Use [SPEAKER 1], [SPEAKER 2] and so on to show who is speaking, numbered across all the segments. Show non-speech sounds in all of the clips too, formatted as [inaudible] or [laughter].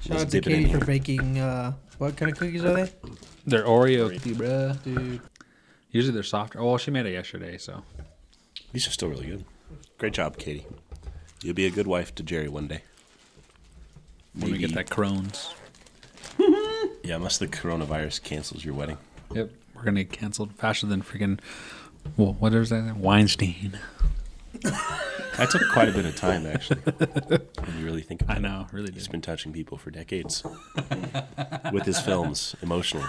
[SPEAKER 1] Shout
[SPEAKER 2] Let's
[SPEAKER 1] out to
[SPEAKER 2] dip it in
[SPEAKER 1] Katie
[SPEAKER 2] here.
[SPEAKER 1] for baking. Uh, what kind of cookies are they?
[SPEAKER 3] They're Oreo cookie, bruh.
[SPEAKER 1] Dude,
[SPEAKER 3] Usually they're softer. Oh, well, she made it yesterday, so
[SPEAKER 2] These are still really good. Great job, Katie. You'll be a good wife to Jerry one day.
[SPEAKER 3] when we get that Crohn's.
[SPEAKER 2] Yeah, unless the coronavirus cancels your wedding.
[SPEAKER 3] Yep, we're gonna get canceled faster than freaking. Well, what is that? Weinstein.
[SPEAKER 2] That took quite a bit of time, actually. when you really think about
[SPEAKER 3] [laughs] I
[SPEAKER 2] it.
[SPEAKER 3] know, really.
[SPEAKER 2] He's
[SPEAKER 3] Did.
[SPEAKER 2] been touching people for
[SPEAKER 3] [laughs]
[SPEAKER 2] decades with his films emotionally.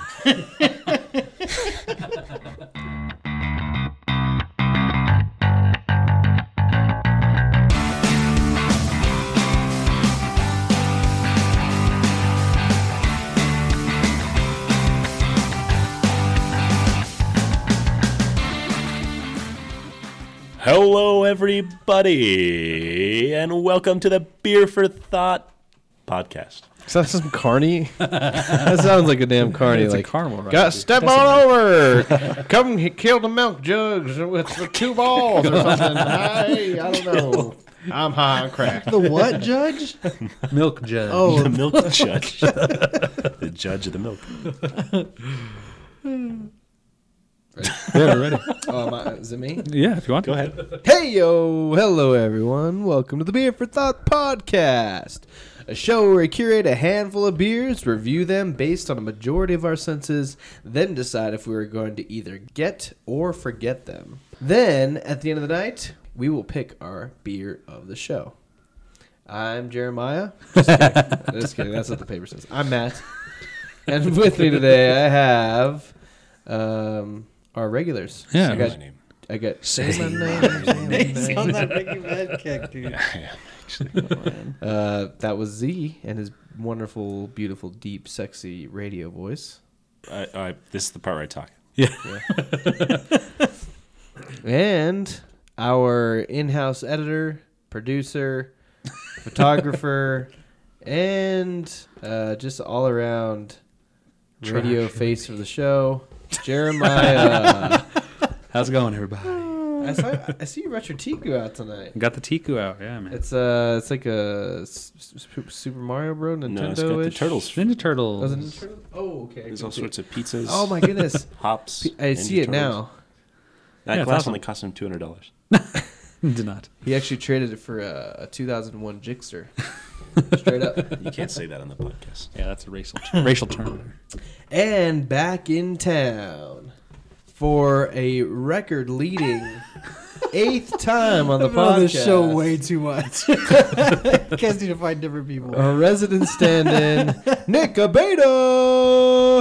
[SPEAKER 2] Hello, everybody, and welcome to the Beer for Thought podcast.
[SPEAKER 4] Sounds some carny. [laughs] that sounds like a damn carny.
[SPEAKER 3] It's a
[SPEAKER 4] like
[SPEAKER 3] carnival ride.
[SPEAKER 4] Got step on over. Come h- kill the milk jugs with the two balls
[SPEAKER 3] [laughs]
[SPEAKER 4] or something. I, I don't know. I'm high on crack.
[SPEAKER 1] the what judge?
[SPEAKER 3] [laughs] Milk jug.
[SPEAKER 2] The
[SPEAKER 1] Oh, [laughs]
[SPEAKER 2] milk judge. the judge of the milk.
[SPEAKER 3] yeah, ready.
[SPEAKER 4] Oh, my, is it me?
[SPEAKER 3] Yeah, if you want.
[SPEAKER 2] Go ahead.
[SPEAKER 4] Hey yo, hello everyone. Welcome to the Beer for Thought podcast, a show where we curate a handful of beers, review them based on a majority of our senses, then decide if we are going to either get or forget them. Then, at the end of the night, we will pick our beer of the show. I'm Jeremiah. Just kidding. Just kidding. That's what the paper says. I'm Matt. And with me today, I have um, our regulars.
[SPEAKER 3] Yeah.
[SPEAKER 4] I got, I got
[SPEAKER 3] Say
[SPEAKER 4] my name.
[SPEAKER 3] [laughs]
[SPEAKER 1] he's on Oh, that Ricky Radkick,
[SPEAKER 4] [laughs]
[SPEAKER 1] dude.
[SPEAKER 4] Uh, that was Z and his wonderful, beautiful, deep, sexy radio voice.
[SPEAKER 2] I, I, this is the part where I talk.
[SPEAKER 4] And our in house editor,
[SPEAKER 1] [laughs]
[SPEAKER 4] producer, photographer, and uh, just all around radio face of the show, Jeremiah.
[SPEAKER 1] [laughs]
[SPEAKER 3] How's it going, everybody?
[SPEAKER 4] I, saw, I see you brought your Tiku out tonight.
[SPEAKER 3] Got the tiku out. Yeah, man.
[SPEAKER 4] It's uh, it's like a s- s- Super Mario Bro
[SPEAKER 2] No, it's got
[SPEAKER 4] Nintendo
[SPEAKER 2] the
[SPEAKER 4] ish.
[SPEAKER 2] turtles.
[SPEAKER 3] Ninja Turtles.
[SPEAKER 4] Oh, okay.
[SPEAKER 2] There's all sorts of pizzas.
[SPEAKER 1] [laughs]
[SPEAKER 4] Oh my goodness!
[SPEAKER 2] Hops.
[SPEAKER 4] I
[SPEAKER 2] Ninja
[SPEAKER 4] see it
[SPEAKER 2] Turtles.
[SPEAKER 4] now.
[SPEAKER 2] That
[SPEAKER 3] Yeah,
[SPEAKER 2] glass
[SPEAKER 3] it's awesome.
[SPEAKER 2] only cost him two hundred dollars.
[SPEAKER 3] [laughs] Did not.
[SPEAKER 4] He actually traded it for a, a
[SPEAKER 1] [laughs]
[SPEAKER 4] 2001 Jixter. Straight up.
[SPEAKER 2] You can't say that on the podcast.
[SPEAKER 3] Yeah, that's a racial racial term.
[SPEAKER 4] And back in town for a record leading eighth
[SPEAKER 1] [laughs]
[SPEAKER 4] time on the
[SPEAKER 1] I've been on
[SPEAKER 4] podcast.
[SPEAKER 1] this show way too
[SPEAKER 3] [laughs]
[SPEAKER 1] much. [laughs] Can't seem to find different
[SPEAKER 3] Uh,
[SPEAKER 1] people.
[SPEAKER 4] Our resident
[SPEAKER 1] [laughs]
[SPEAKER 4] stand in, Nick Abeda.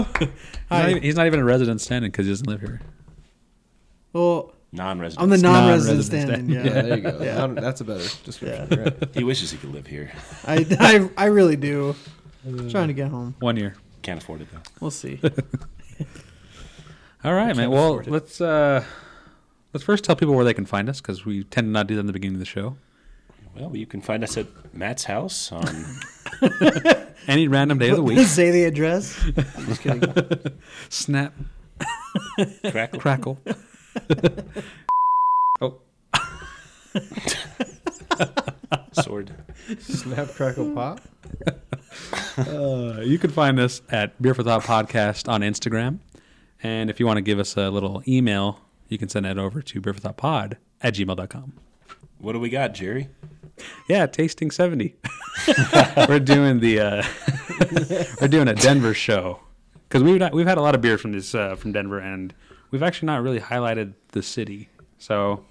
[SPEAKER 3] He's not, even, he's not even a resident standing because he doesn't live here.
[SPEAKER 1] Well,
[SPEAKER 2] Non-resident.
[SPEAKER 1] I'm the non-resident
[SPEAKER 3] Non-resident
[SPEAKER 1] standing.
[SPEAKER 3] standing,
[SPEAKER 1] Yeah,
[SPEAKER 4] Yeah, there you go.
[SPEAKER 1] Yeah.
[SPEAKER 4] Not- That's a better description.
[SPEAKER 1] [laughs]
[SPEAKER 4] you're right.
[SPEAKER 2] he wishes he could live here.
[SPEAKER 1] I, I, I really do. trying to get home.
[SPEAKER 3] One year.
[SPEAKER 2] Can't afford it though.
[SPEAKER 1] We'll
[SPEAKER 3] [laughs]
[SPEAKER 1] see.
[SPEAKER 3] All right, man. Well, let's uh, let's first tell people where they can find us because we tend to not do that in the beginning of the show.
[SPEAKER 2] Well, you can find us at Matt's house on
[SPEAKER 3] Any random day of the
[SPEAKER 1] [laughs]
[SPEAKER 3] week.
[SPEAKER 1] Say the address. Just kidding.
[SPEAKER 3] Snap,
[SPEAKER 2] Crackle.
[SPEAKER 3] crackle. oh,
[SPEAKER 2] Sword.
[SPEAKER 4] Snap, crackle, pop.
[SPEAKER 3] uh, you can find us at Beer for Thought Podcast on Instagram, and if you want to give us a little email, you can send that over to Beer for Thought Pod at gmail.com.
[SPEAKER 2] What do we got, Jerry?
[SPEAKER 3] Yeah, tasting seventy. [laughs] we're doing the uh, [laughs] we're doing a Denver show because we've not, we've had a lot of beer from this uh, from Denver, and we've actually not really highlighted the city. So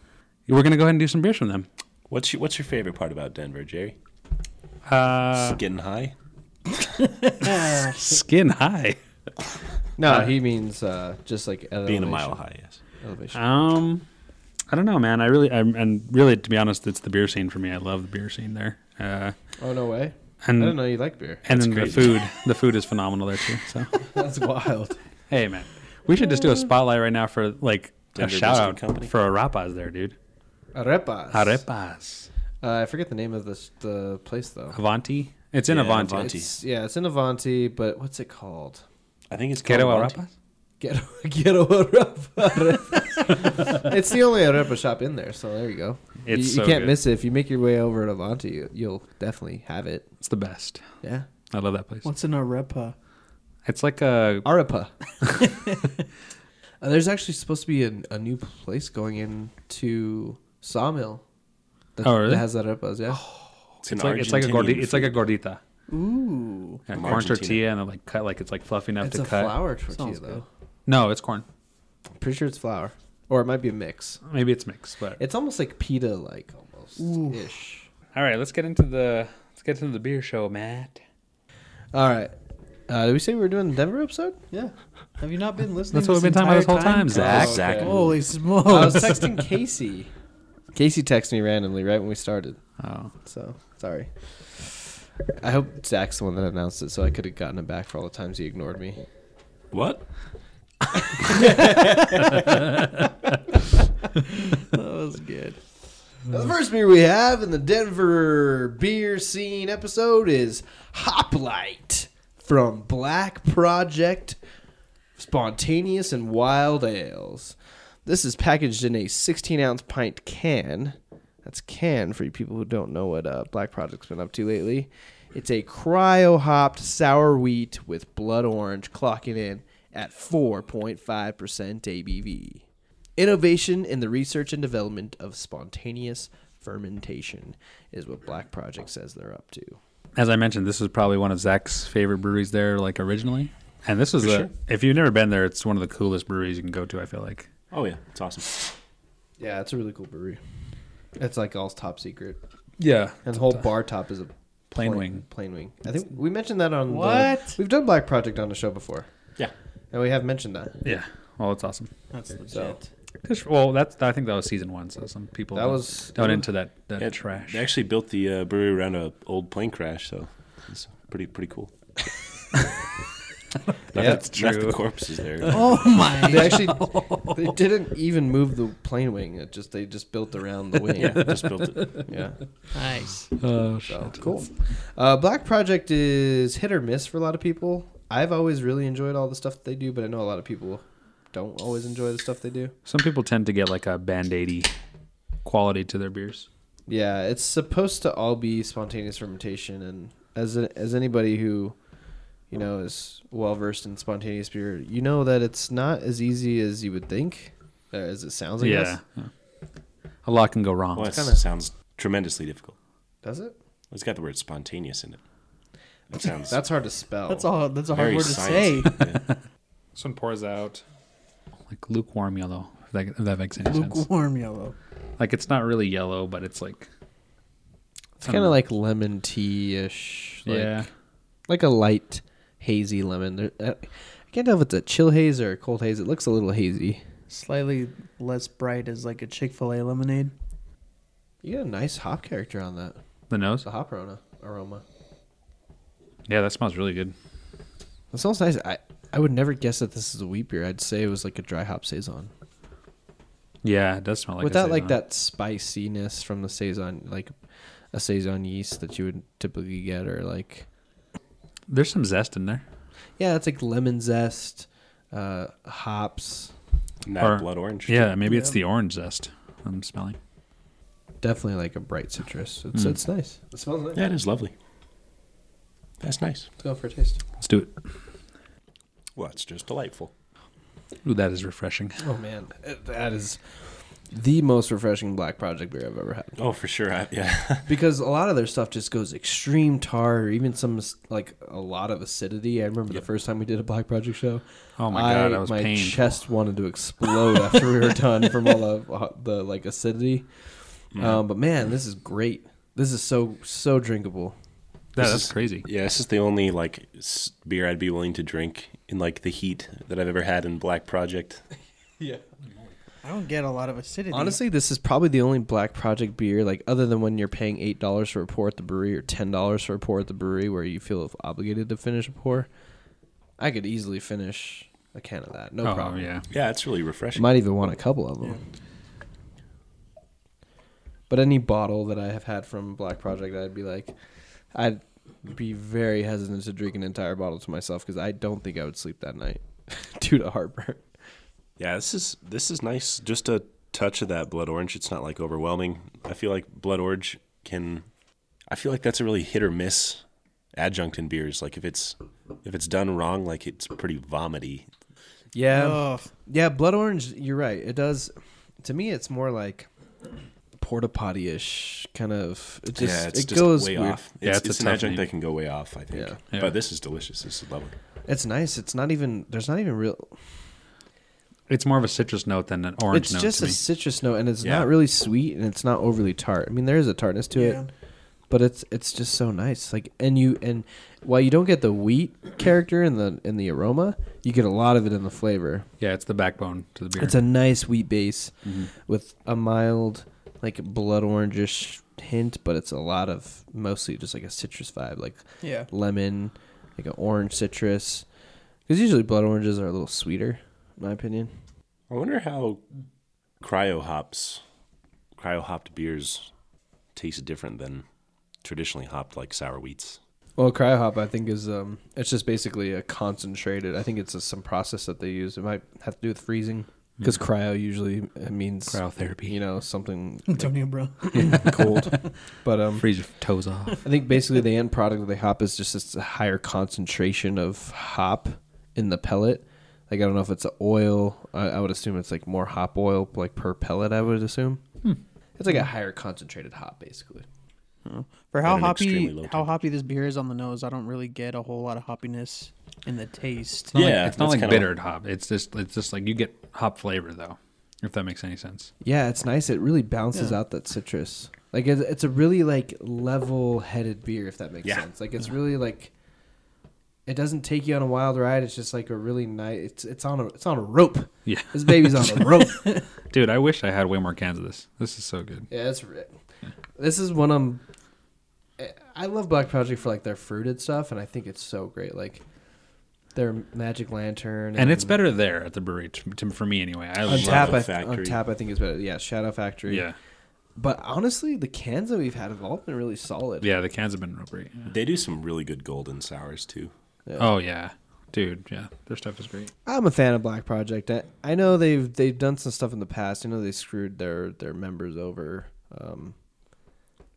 [SPEAKER 3] we're gonna go ahead and do some beers from them.
[SPEAKER 2] What's your What's your favorite part about Denver, Jerry?
[SPEAKER 3] Uh,
[SPEAKER 2] Getting high.
[SPEAKER 3] skin high.
[SPEAKER 4] No, he means uh, just like elevation.
[SPEAKER 2] Being a mile high. Yes.
[SPEAKER 4] Elevation.
[SPEAKER 3] Um, I don't know, man. I really I'm, and really to be honest, it's the beer scene for me. I love the beer scene there. Uh,
[SPEAKER 4] Oh no way! I didn't
[SPEAKER 3] and
[SPEAKER 4] know you liked beer.
[SPEAKER 3] and then the
[SPEAKER 2] crazy.
[SPEAKER 3] food the food is phenomenal there too. So
[SPEAKER 4] [laughs] That's wild.
[SPEAKER 3] hey, man, we should just do a spotlight right now for like. A
[SPEAKER 2] Denver
[SPEAKER 3] shout
[SPEAKER 2] Biscuit
[SPEAKER 3] out
[SPEAKER 2] Company.
[SPEAKER 3] for Arapas there, dude.
[SPEAKER 4] Arepas.
[SPEAKER 3] Arepas.
[SPEAKER 4] Uh, I forget the name of this the place though.
[SPEAKER 3] Avanti. It's in
[SPEAKER 2] Yeah,
[SPEAKER 3] Avanti.
[SPEAKER 2] Avanti.
[SPEAKER 4] It's, yeah, it's in Avanti, but what's it called?
[SPEAKER 2] I think it's
[SPEAKER 3] Quiero
[SPEAKER 2] called
[SPEAKER 3] Arepas?
[SPEAKER 4] Ghetto, [laughs] ghetto arepa. it's the only arepa shop in there, so there you go. You-
[SPEAKER 3] It's
[SPEAKER 4] you
[SPEAKER 3] so
[SPEAKER 4] can't
[SPEAKER 3] good.
[SPEAKER 4] miss it if you make your way over to Avanti. You, you'll definitely have it.
[SPEAKER 3] It's the best.
[SPEAKER 4] Yeah,
[SPEAKER 3] I love that place.
[SPEAKER 1] What's an arepa?
[SPEAKER 3] It's like a [laughs]
[SPEAKER 4] Arepa. Uh, there's actually supposed to be an, a new place going into Sawmill. That,
[SPEAKER 3] Oh, really? Oh,
[SPEAKER 4] That has arepas, yeah.
[SPEAKER 2] It's,
[SPEAKER 3] it's like it's like a gordi- it's like a gordita.
[SPEAKER 1] Ooh.
[SPEAKER 3] Yeah,
[SPEAKER 2] From
[SPEAKER 3] corn
[SPEAKER 2] Argentina.
[SPEAKER 3] tortilla and they're like cut like it's like fluff enough
[SPEAKER 4] it's
[SPEAKER 3] to
[SPEAKER 4] a
[SPEAKER 3] cut.
[SPEAKER 4] flour tortilla,
[SPEAKER 1] Sounds
[SPEAKER 4] though.
[SPEAKER 1] good.
[SPEAKER 3] No, it's corn.
[SPEAKER 4] I'm pretty sure it's flour. Or it might be a mix.
[SPEAKER 3] Maybe it's mixed, but
[SPEAKER 4] It's almost like pita like, almost ish.
[SPEAKER 3] all right. Let's get into the let's get into the beer show, Matt.
[SPEAKER 4] All right. Uh, did we say we were doing the Denver episode?
[SPEAKER 1] Yeah. Have you not been listening?
[SPEAKER 3] That's what
[SPEAKER 1] this
[SPEAKER 3] we've been talking about this whole
[SPEAKER 1] entire
[SPEAKER 3] time, Zach.
[SPEAKER 4] Oh,
[SPEAKER 2] Zach.
[SPEAKER 1] Holy smokes!
[SPEAKER 4] I was texting Casey. Oh, [laughs] Casey texted me randomly right when we started.
[SPEAKER 3] Oh,
[SPEAKER 4] So sorry. I hope Zach's the one that announced it, so I could have gotten him back for all the times he ignored me.
[SPEAKER 2] What?
[SPEAKER 1] [laughs] that was good.
[SPEAKER 4] Now, the first beer we have in the Denver beer scene episode is Hoplite from Black Project Spontaneous and Wild Ales. This is packaged in a 16 ounce pint can. That's can for you people who don't know what uh, Black Project's been up to lately. It's a cryo hopped sour wheat with blood orange, clocking in at 4.5% ABV. Innovation in the research and development of spontaneous fermentation is what Black Project says they're up to.
[SPEAKER 3] as I mentioned, this is probably one of Zach's favorite breweries there, like originally. And this is a, if you've never been there, it's one of the coolest breweries you can go to. I feel like.
[SPEAKER 2] Oh yeah, it's awesome.
[SPEAKER 4] Yeah, it's a really cool brewery. It's like all's top secret.
[SPEAKER 3] Yeah.
[SPEAKER 4] And the whole bar top is a
[SPEAKER 3] Plain wing.
[SPEAKER 4] Plain wing. I think we mentioned that on the-
[SPEAKER 1] What?
[SPEAKER 4] we've done Black Project on the show before,
[SPEAKER 2] Yeah.
[SPEAKER 4] and we have mentioned that.
[SPEAKER 3] Yeah. Well, it's awesome.
[SPEAKER 1] That's legit.
[SPEAKER 3] Just- well, that's I think that was season one, so some people
[SPEAKER 4] That
[SPEAKER 3] don't-
[SPEAKER 4] was-
[SPEAKER 3] don't into that that
[SPEAKER 2] Yeah,
[SPEAKER 3] trash.
[SPEAKER 2] They actually built the uh, brewery around a old plane crash, so it's pretty pretty cool.
[SPEAKER 4] That's
[SPEAKER 2] Not the corpses there.
[SPEAKER 1] [laughs] Oh my!
[SPEAKER 4] They actually they didn't even move the plain wing. It just they just built around the wing.
[SPEAKER 2] yeah, just built it.
[SPEAKER 4] yeah.
[SPEAKER 1] nice.
[SPEAKER 3] Oh
[SPEAKER 4] So
[SPEAKER 3] shit.
[SPEAKER 4] cool. Uh, Black Project is hit or miss for a lot of people. I've always really enjoyed all the stuff that they do, but I know a lot of people don't always enjoy the stuff they do.
[SPEAKER 3] Some people tend to get like a band aidy quality to their beers.
[SPEAKER 4] Yeah, it's supposed to all be spontaneous fermentation, and as a, as anybody who you know is well versed in spontaneous beer, you know that it's not as easy as you would think, or as it sounds. I yeah.
[SPEAKER 3] Yeah. Yeah. A lot can go wrong.
[SPEAKER 2] Well, that
[SPEAKER 4] kinda-
[SPEAKER 2] sounds tremendously difficult.
[SPEAKER 4] Does it?
[SPEAKER 2] It's got the word spontaneous in it. That sounds
[SPEAKER 4] That's hard to spell.
[SPEAKER 1] That's all. That's a hard
[SPEAKER 2] very
[SPEAKER 1] word
[SPEAKER 2] science-
[SPEAKER 1] to say.
[SPEAKER 2] [laughs] yeah.
[SPEAKER 3] Some pours out like lukewarm yellow. If that, if that makes any sense.
[SPEAKER 1] Lukewarm yellow.
[SPEAKER 3] Like it's not really yellow, but it's like
[SPEAKER 4] It's kind of like lemon tea ish. Like,
[SPEAKER 3] yeah.
[SPEAKER 4] like a light hazy lemon. There, uh, I can't tell if it's a chill haze or a cold haze. It looks a little hazy.
[SPEAKER 1] Slightly less bright as like a Chick Fil A lemonade.
[SPEAKER 4] You got a nice hop character on that.
[SPEAKER 3] The nose.
[SPEAKER 4] It's a hop aroma. Aroma.
[SPEAKER 3] Yeah, that smells really good.
[SPEAKER 4] It smells nice. I I would never guess that this is a wheat beer. I'd say it was like a dry hop saison.
[SPEAKER 3] Yeah, it does smell like a
[SPEAKER 4] Without like
[SPEAKER 3] saison.
[SPEAKER 4] that spiciness from the saison, like a saison yeast that you would typically get, or like
[SPEAKER 3] There's some zest in there.
[SPEAKER 4] yeah, it's like lemon zest, uh, hops.
[SPEAKER 2] And that
[SPEAKER 3] Or-
[SPEAKER 2] blood orange.
[SPEAKER 3] Yeah, maybe it's the orange zest I'm smelling.
[SPEAKER 4] Definitely like a bright citrus. It's it's nice. Hmm. It smells nice.
[SPEAKER 2] Yeah, it is lovely. That's nice.
[SPEAKER 4] Let's go for a taste.
[SPEAKER 3] Let's do it.
[SPEAKER 2] Well, it's just delightful.
[SPEAKER 3] Ooh, that is refreshing.
[SPEAKER 4] Oh man, that is the most refreshing Black Project beer I've ever had.
[SPEAKER 2] Oh, for sure. I, yeah. [laughs]
[SPEAKER 4] Because a lot of their stuff just goes extreme tar, or even some s- like a lot of acidity. I remember the first time we did a Black Project show.
[SPEAKER 3] Oh my God,
[SPEAKER 4] I-
[SPEAKER 3] that was
[SPEAKER 4] my
[SPEAKER 3] painful.
[SPEAKER 4] chest wanted to explode after
[SPEAKER 3] [laughs]
[SPEAKER 4] we were done from all the uh, the like acidity. Um, but man, this is great. This is so so drinkable.
[SPEAKER 3] Yeah,
[SPEAKER 2] This
[SPEAKER 3] that's
[SPEAKER 2] is-
[SPEAKER 3] crazy.
[SPEAKER 2] Yeah, this is the only like s- beer I'd be willing to drink in like the heat that I've ever had in Black Project.
[SPEAKER 1] I don't get a lot of acidity.
[SPEAKER 4] Honestly, this is probably the only Black Project beer, like other than when you're paying eight dollars for a pour at the brewery or ten dollars for a pour at the brewery, where you feel obligated to finish a pour. I could easily finish a can of that, no
[SPEAKER 3] oh
[SPEAKER 4] problem.
[SPEAKER 3] yeah.
[SPEAKER 2] Yeah, it's really refreshing.
[SPEAKER 4] Might even want a couple of them. But any bottle that I have had from Black Project, I'd be like, I'd be very hesitant to drink an entire bottle to myself because I don't think I would sleep that night [laughs] due to heartburn.
[SPEAKER 2] yeah, this is this is nice. Just a touch of that blood orange. It's not like overwhelming. I feel like blood orange can. I feel like that's a really hit or miss adjunct in beers. Like if it's if it's done wrong, like it's pretty vomity.
[SPEAKER 4] Yeah.
[SPEAKER 1] Ugh.
[SPEAKER 4] Yeah, blood orange, you're right. It does to me it's more like porta potty ish kind of it just
[SPEAKER 2] yeah, it's
[SPEAKER 4] it
[SPEAKER 2] just
[SPEAKER 4] goes
[SPEAKER 2] way
[SPEAKER 4] weird.
[SPEAKER 2] off.
[SPEAKER 3] Yeah,
[SPEAKER 2] it's,
[SPEAKER 3] it's a
[SPEAKER 2] it's an
[SPEAKER 3] tough
[SPEAKER 2] adjunct
[SPEAKER 3] name.
[SPEAKER 2] that can go way off. I think.
[SPEAKER 4] Yeah.
[SPEAKER 3] Yeah.
[SPEAKER 2] But this is delicious. This is lovely.
[SPEAKER 4] It's nice. It's not even there's not even real
[SPEAKER 3] It's more of a citrus note than an orange
[SPEAKER 4] it's
[SPEAKER 3] note
[SPEAKER 4] just
[SPEAKER 3] to
[SPEAKER 4] a
[SPEAKER 3] me.
[SPEAKER 4] citrus note and it's
[SPEAKER 2] Yeah.
[SPEAKER 4] not really sweet and it's not overly tart. I mean there is a tartness to
[SPEAKER 2] Yeah.
[SPEAKER 4] it. But it's it's just so nice. Like and you and while you don't get the wheat character in the in the aroma, you get a lot of it in the flavor.
[SPEAKER 3] yeah, it's the backbone to the beer. Mm-hmm.
[SPEAKER 4] It's a nice wheat base with a mild, like blood orangish hint, but it's a lot of mostly just like a citrus vibe, like
[SPEAKER 1] Yeah.
[SPEAKER 4] lemon, like an orange citrus. Because usually blood oranges are a little sweeter, in my opinion.
[SPEAKER 2] I wonder how cryo hops, cryo hopped beers, taste different than traditionally hopped like sour wheats.
[SPEAKER 4] Well, cryohop, I think is um, it's just basically a concentrated. I think it's a, some process that they use. It might have to do with freezing, because cryo usually uh, means
[SPEAKER 3] cryotherapy.
[SPEAKER 4] you know something
[SPEAKER 1] Antonio,
[SPEAKER 2] [laughs]
[SPEAKER 1] bro.
[SPEAKER 4] cold. But um,
[SPEAKER 3] Freeze your toes off.
[SPEAKER 4] I think basically the end product of the hop is just it's a higher concentration of hop in the pellet. Like I don't know if it's a oil. I, I would assume it's like more hop oil, like per pellet. I would assume it's like a higher concentrated hop, basically.
[SPEAKER 1] For how
[SPEAKER 2] an extremely
[SPEAKER 1] hoppy
[SPEAKER 2] low
[SPEAKER 1] how
[SPEAKER 2] temp.
[SPEAKER 1] hoppy this beer is on the nose, I don't really get a whole lot of hoppiness in the taste.
[SPEAKER 3] It's not
[SPEAKER 2] Yeah,
[SPEAKER 3] like, it's not
[SPEAKER 2] that's
[SPEAKER 3] like
[SPEAKER 2] kinda-
[SPEAKER 3] bittered hop. It's just it's just like you get hop flavor though, if that makes any sense.
[SPEAKER 4] Yeah, it's nice. It really balances
[SPEAKER 1] Yeah.
[SPEAKER 4] out that citrus. Like it's, it's a really like level-headed beer, if that makes
[SPEAKER 2] Yeah.
[SPEAKER 4] sense. Like it's really like it doesn't take you on a wild ride. It's just like a really nice. It's it's on a it's on a rope.
[SPEAKER 3] Yeah,
[SPEAKER 4] This baby's
[SPEAKER 3] [laughs]
[SPEAKER 4] on a rope.
[SPEAKER 3] dude, I wish I had way more cans of this. This is so good.
[SPEAKER 4] Yeah, that's ri This is one I'm. I- I love Black Project for like their fruited stuff, and I think it's so great. Like their Magic Lantern,
[SPEAKER 3] And it's better there at the brewery, t to, for me anyway. I
[SPEAKER 4] on
[SPEAKER 3] love
[SPEAKER 4] tap.
[SPEAKER 3] it.
[SPEAKER 4] I,
[SPEAKER 2] Factory.
[SPEAKER 4] on tap, I think is better. Yeah, Shadow Factory.
[SPEAKER 3] Yeah,
[SPEAKER 4] But honestly, the cans that we've had have all been really solid.
[SPEAKER 3] yeah, the cans have been real great. Yeah.
[SPEAKER 2] They do some really good golden sours too.
[SPEAKER 3] Oh yeah, dude, yeah, their stuff is great.
[SPEAKER 4] I'm a fan of Black Project. I, I know they've they've done some stuff in the past. I know they screwed their their members over. Um,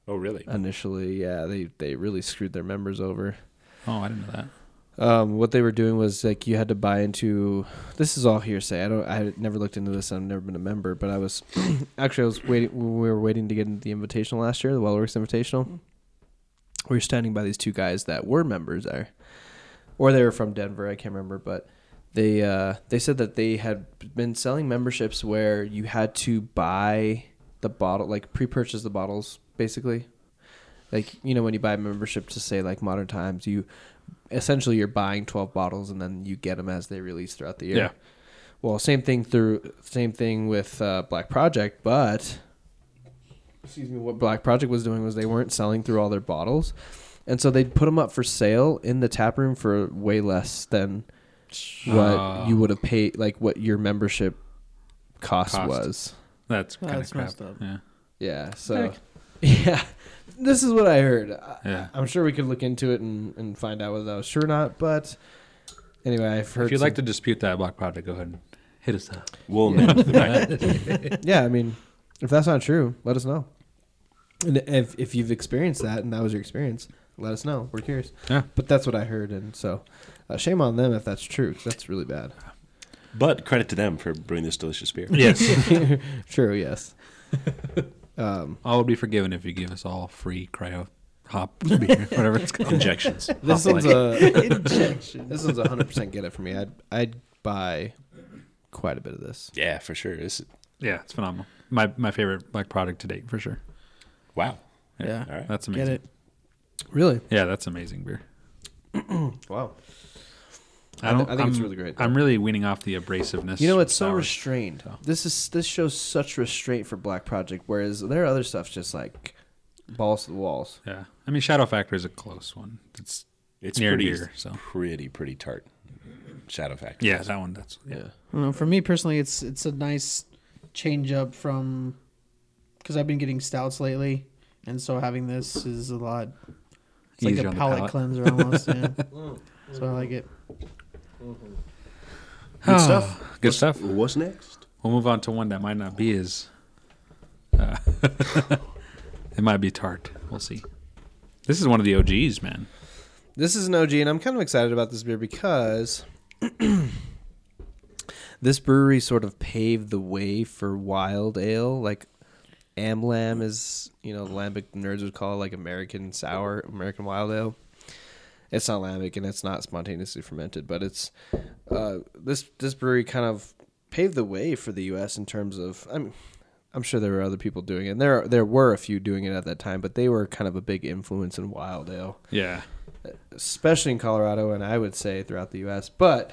[SPEAKER 2] Oh really?
[SPEAKER 4] initially, yeah, they they really screwed their members over.
[SPEAKER 3] Oh, I didn't know that.
[SPEAKER 4] um, what they were doing was like you had to buy into this is all hearsay i don't i had never looked into this i've never been a member but i was [clears throat] actually i was waiting we were waiting to get into the invitational last year the wellworks invitational we were standing by these two guys that were members there or they were from denver i can't remember but they uh, they said that they had been selling memberships where you had to buy the bottle like pre-purchase the bottles basically like you know when you buy a membership to say like modern times you essentially you're buying 12 bottles and then you get them as they release throughout the year
[SPEAKER 3] Yeah.
[SPEAKER 4] well same thing through same thing with uh, black project but excuse me what black project was doing was they weren't selling through all their bottles and so they'd put them up for sale in the tap room for way less than what
[SPEAKER 3] Ah.
[SPEAKER 4] you would have paid like what your membership cost,
[SPEAKER 3] Cost.
[SPEAKER 4] was
[SPEAKER 3] That's
[SPEAKER 1] Oh,
[SPEAKER 3] kind of
[SPEAKER 1] that's
[SPEAKER 3] crap.
[SPEAKER 1] messed up.
[SPEAKER 3] Yeah,
[SPEAKER 4] yeah. So, [laughs] yeah, this is what I heard. I,
[SPEAKER 3] Yeah.
[SPEAKER 4] I'm sure we could look into it and, and find out whether that was true or not. But anyway, I've heard.
[SPEAKER 3] if you'd like
[SPEAKER 4] some-
[SPEAKER 3] to dispute that, Black Project, go ahead and hit us
[SPEAKER 4] [laughs]
[SPEAKER 3] up. [laughs]
[SPEAKER 2] We'll amend the record.
[SPEAKER 4] yeah, I mean, if that's not true, let us know. And if if you've experienced that and that was your experience, let us know. We're curious.
[SPEAKER 3] Yeah.
[SPEAKER 4] But that's what I heard, and so uh, shame on them if that's true. 'cause that's really bad.
[SPEAKER 2] [laughs]
[SPEAKER 4] [laughs]
[SPEAKER 2] But credit to them for brewing this delicious beer.
[SPEAKER 3] Yes,
[SPEAKER 4] True. Yes.
[SPEAKER 3] all would be forgiven if you give us all free cryo
[SPEAKER 4] [laughs]
[SPEAKER 3] hop beer, whatever it's called. [laughs]
[SPEAKER 2] Injections.
[SPEAKER 4] This
[SPEAKER 3] Hop
[SPEAKER 4] one's
[SPEAKER 3] light.
[SPEAKER 4] a [laughs] injection. This one's 100 percent get it for me. I'd I'd buy quite a bit of this.
[SPEAKER 2] Yeah, for sure. This is,
[SPEAKER 3] yeah, it's phenomenal. My my favorite Black Product to date for sure.
[SPEAKER 2] wow.
[SPEAKER 1] Yeah.
[SPEAKER 2] All right.
[SPEAKER 3] That's
[SPEAKER 1] Get
[SPEAKER 3] amazing.
[SPEAKER 1] it.
[SPEAKER 4] Really?
[SPEAKER 3] Yeah, that's amazing beer.
[SPEAKER 4] Wow. I
[SPEAKER 3] I
[SPEAKER 4] th-
[SPEAKER 3] don't.
[SPEAKER 4] I think
[SPEAKER 3] am
[SPEAKER 4] it's really great.
[SPEAKER 3] I'm really weaning off the abrasiveness.
[SPEAKER 4] You know,
[SPEAKER 3] with
[SPEAKER 4] it's so
[SPEAKER 3] sour.
[SPEAKER 4] restrained. This is this shows such restraint for Black Project, whereas their other stuff's just like balls to the walls.
[SPEAKER 3] yeah, I mean, Shadow Factor is a close one. It's
[SPEAKER 2] It's
[SPEAKER 3] near
[SPEAKER 2] pretty,
[SPEAKER 3] dear, so.
[SPEAKER 2] pretty, pretty tart. Shadow Factory.
[SPEAKER 3] yeah, that one. That's yeah.
[SPEAKER 1] I don't know. For me personally, it's it's a nice change up from because I've been getting stouts lately, and so having this is a lot. It's like
[SPEAKER 3] Easier
[SPEAKER 1] a
[SPEAKER 3] on the
[SPEAKER 1] palate,
[SPEAKER 3] palate.
[SPEAKER 1] cleanser almost.
[SPEAKER 3] [laughs]
[SPEAKER 1] Yeah. so I like it. [laughs]
[SPEAKER 3] Good stuff. Good
[SPEAKER 2] What's-
[SPEAKER 3] stuff.
[SPEAKER 2] What's next?
[SPEAKER 3] We'll move on to one that might not be as. Uh, [laughs] it might be tart. We'll see. This is one of the OGs, man.
[SPEAKER 4] This is an OG, and I'm kind of excited about this beer because [clears throat] this brewery sort of paved the way for wild ale. Like AmLam is, you know, lambic nerds would call it like American sour, American wild ale. It's not lambic and it's not spontaneously fermented, but it's uh, this this brewery kind of paved the way for the U.S. in terms of I'm I'm sure there were other people doing it. And there there were a few doing it at that time, but they were kind of a big influence in wild ale
[SPEAKER 3] Yeah.
[SPEAKER 4] especially in Colorado, and I would say throughout the U.S. But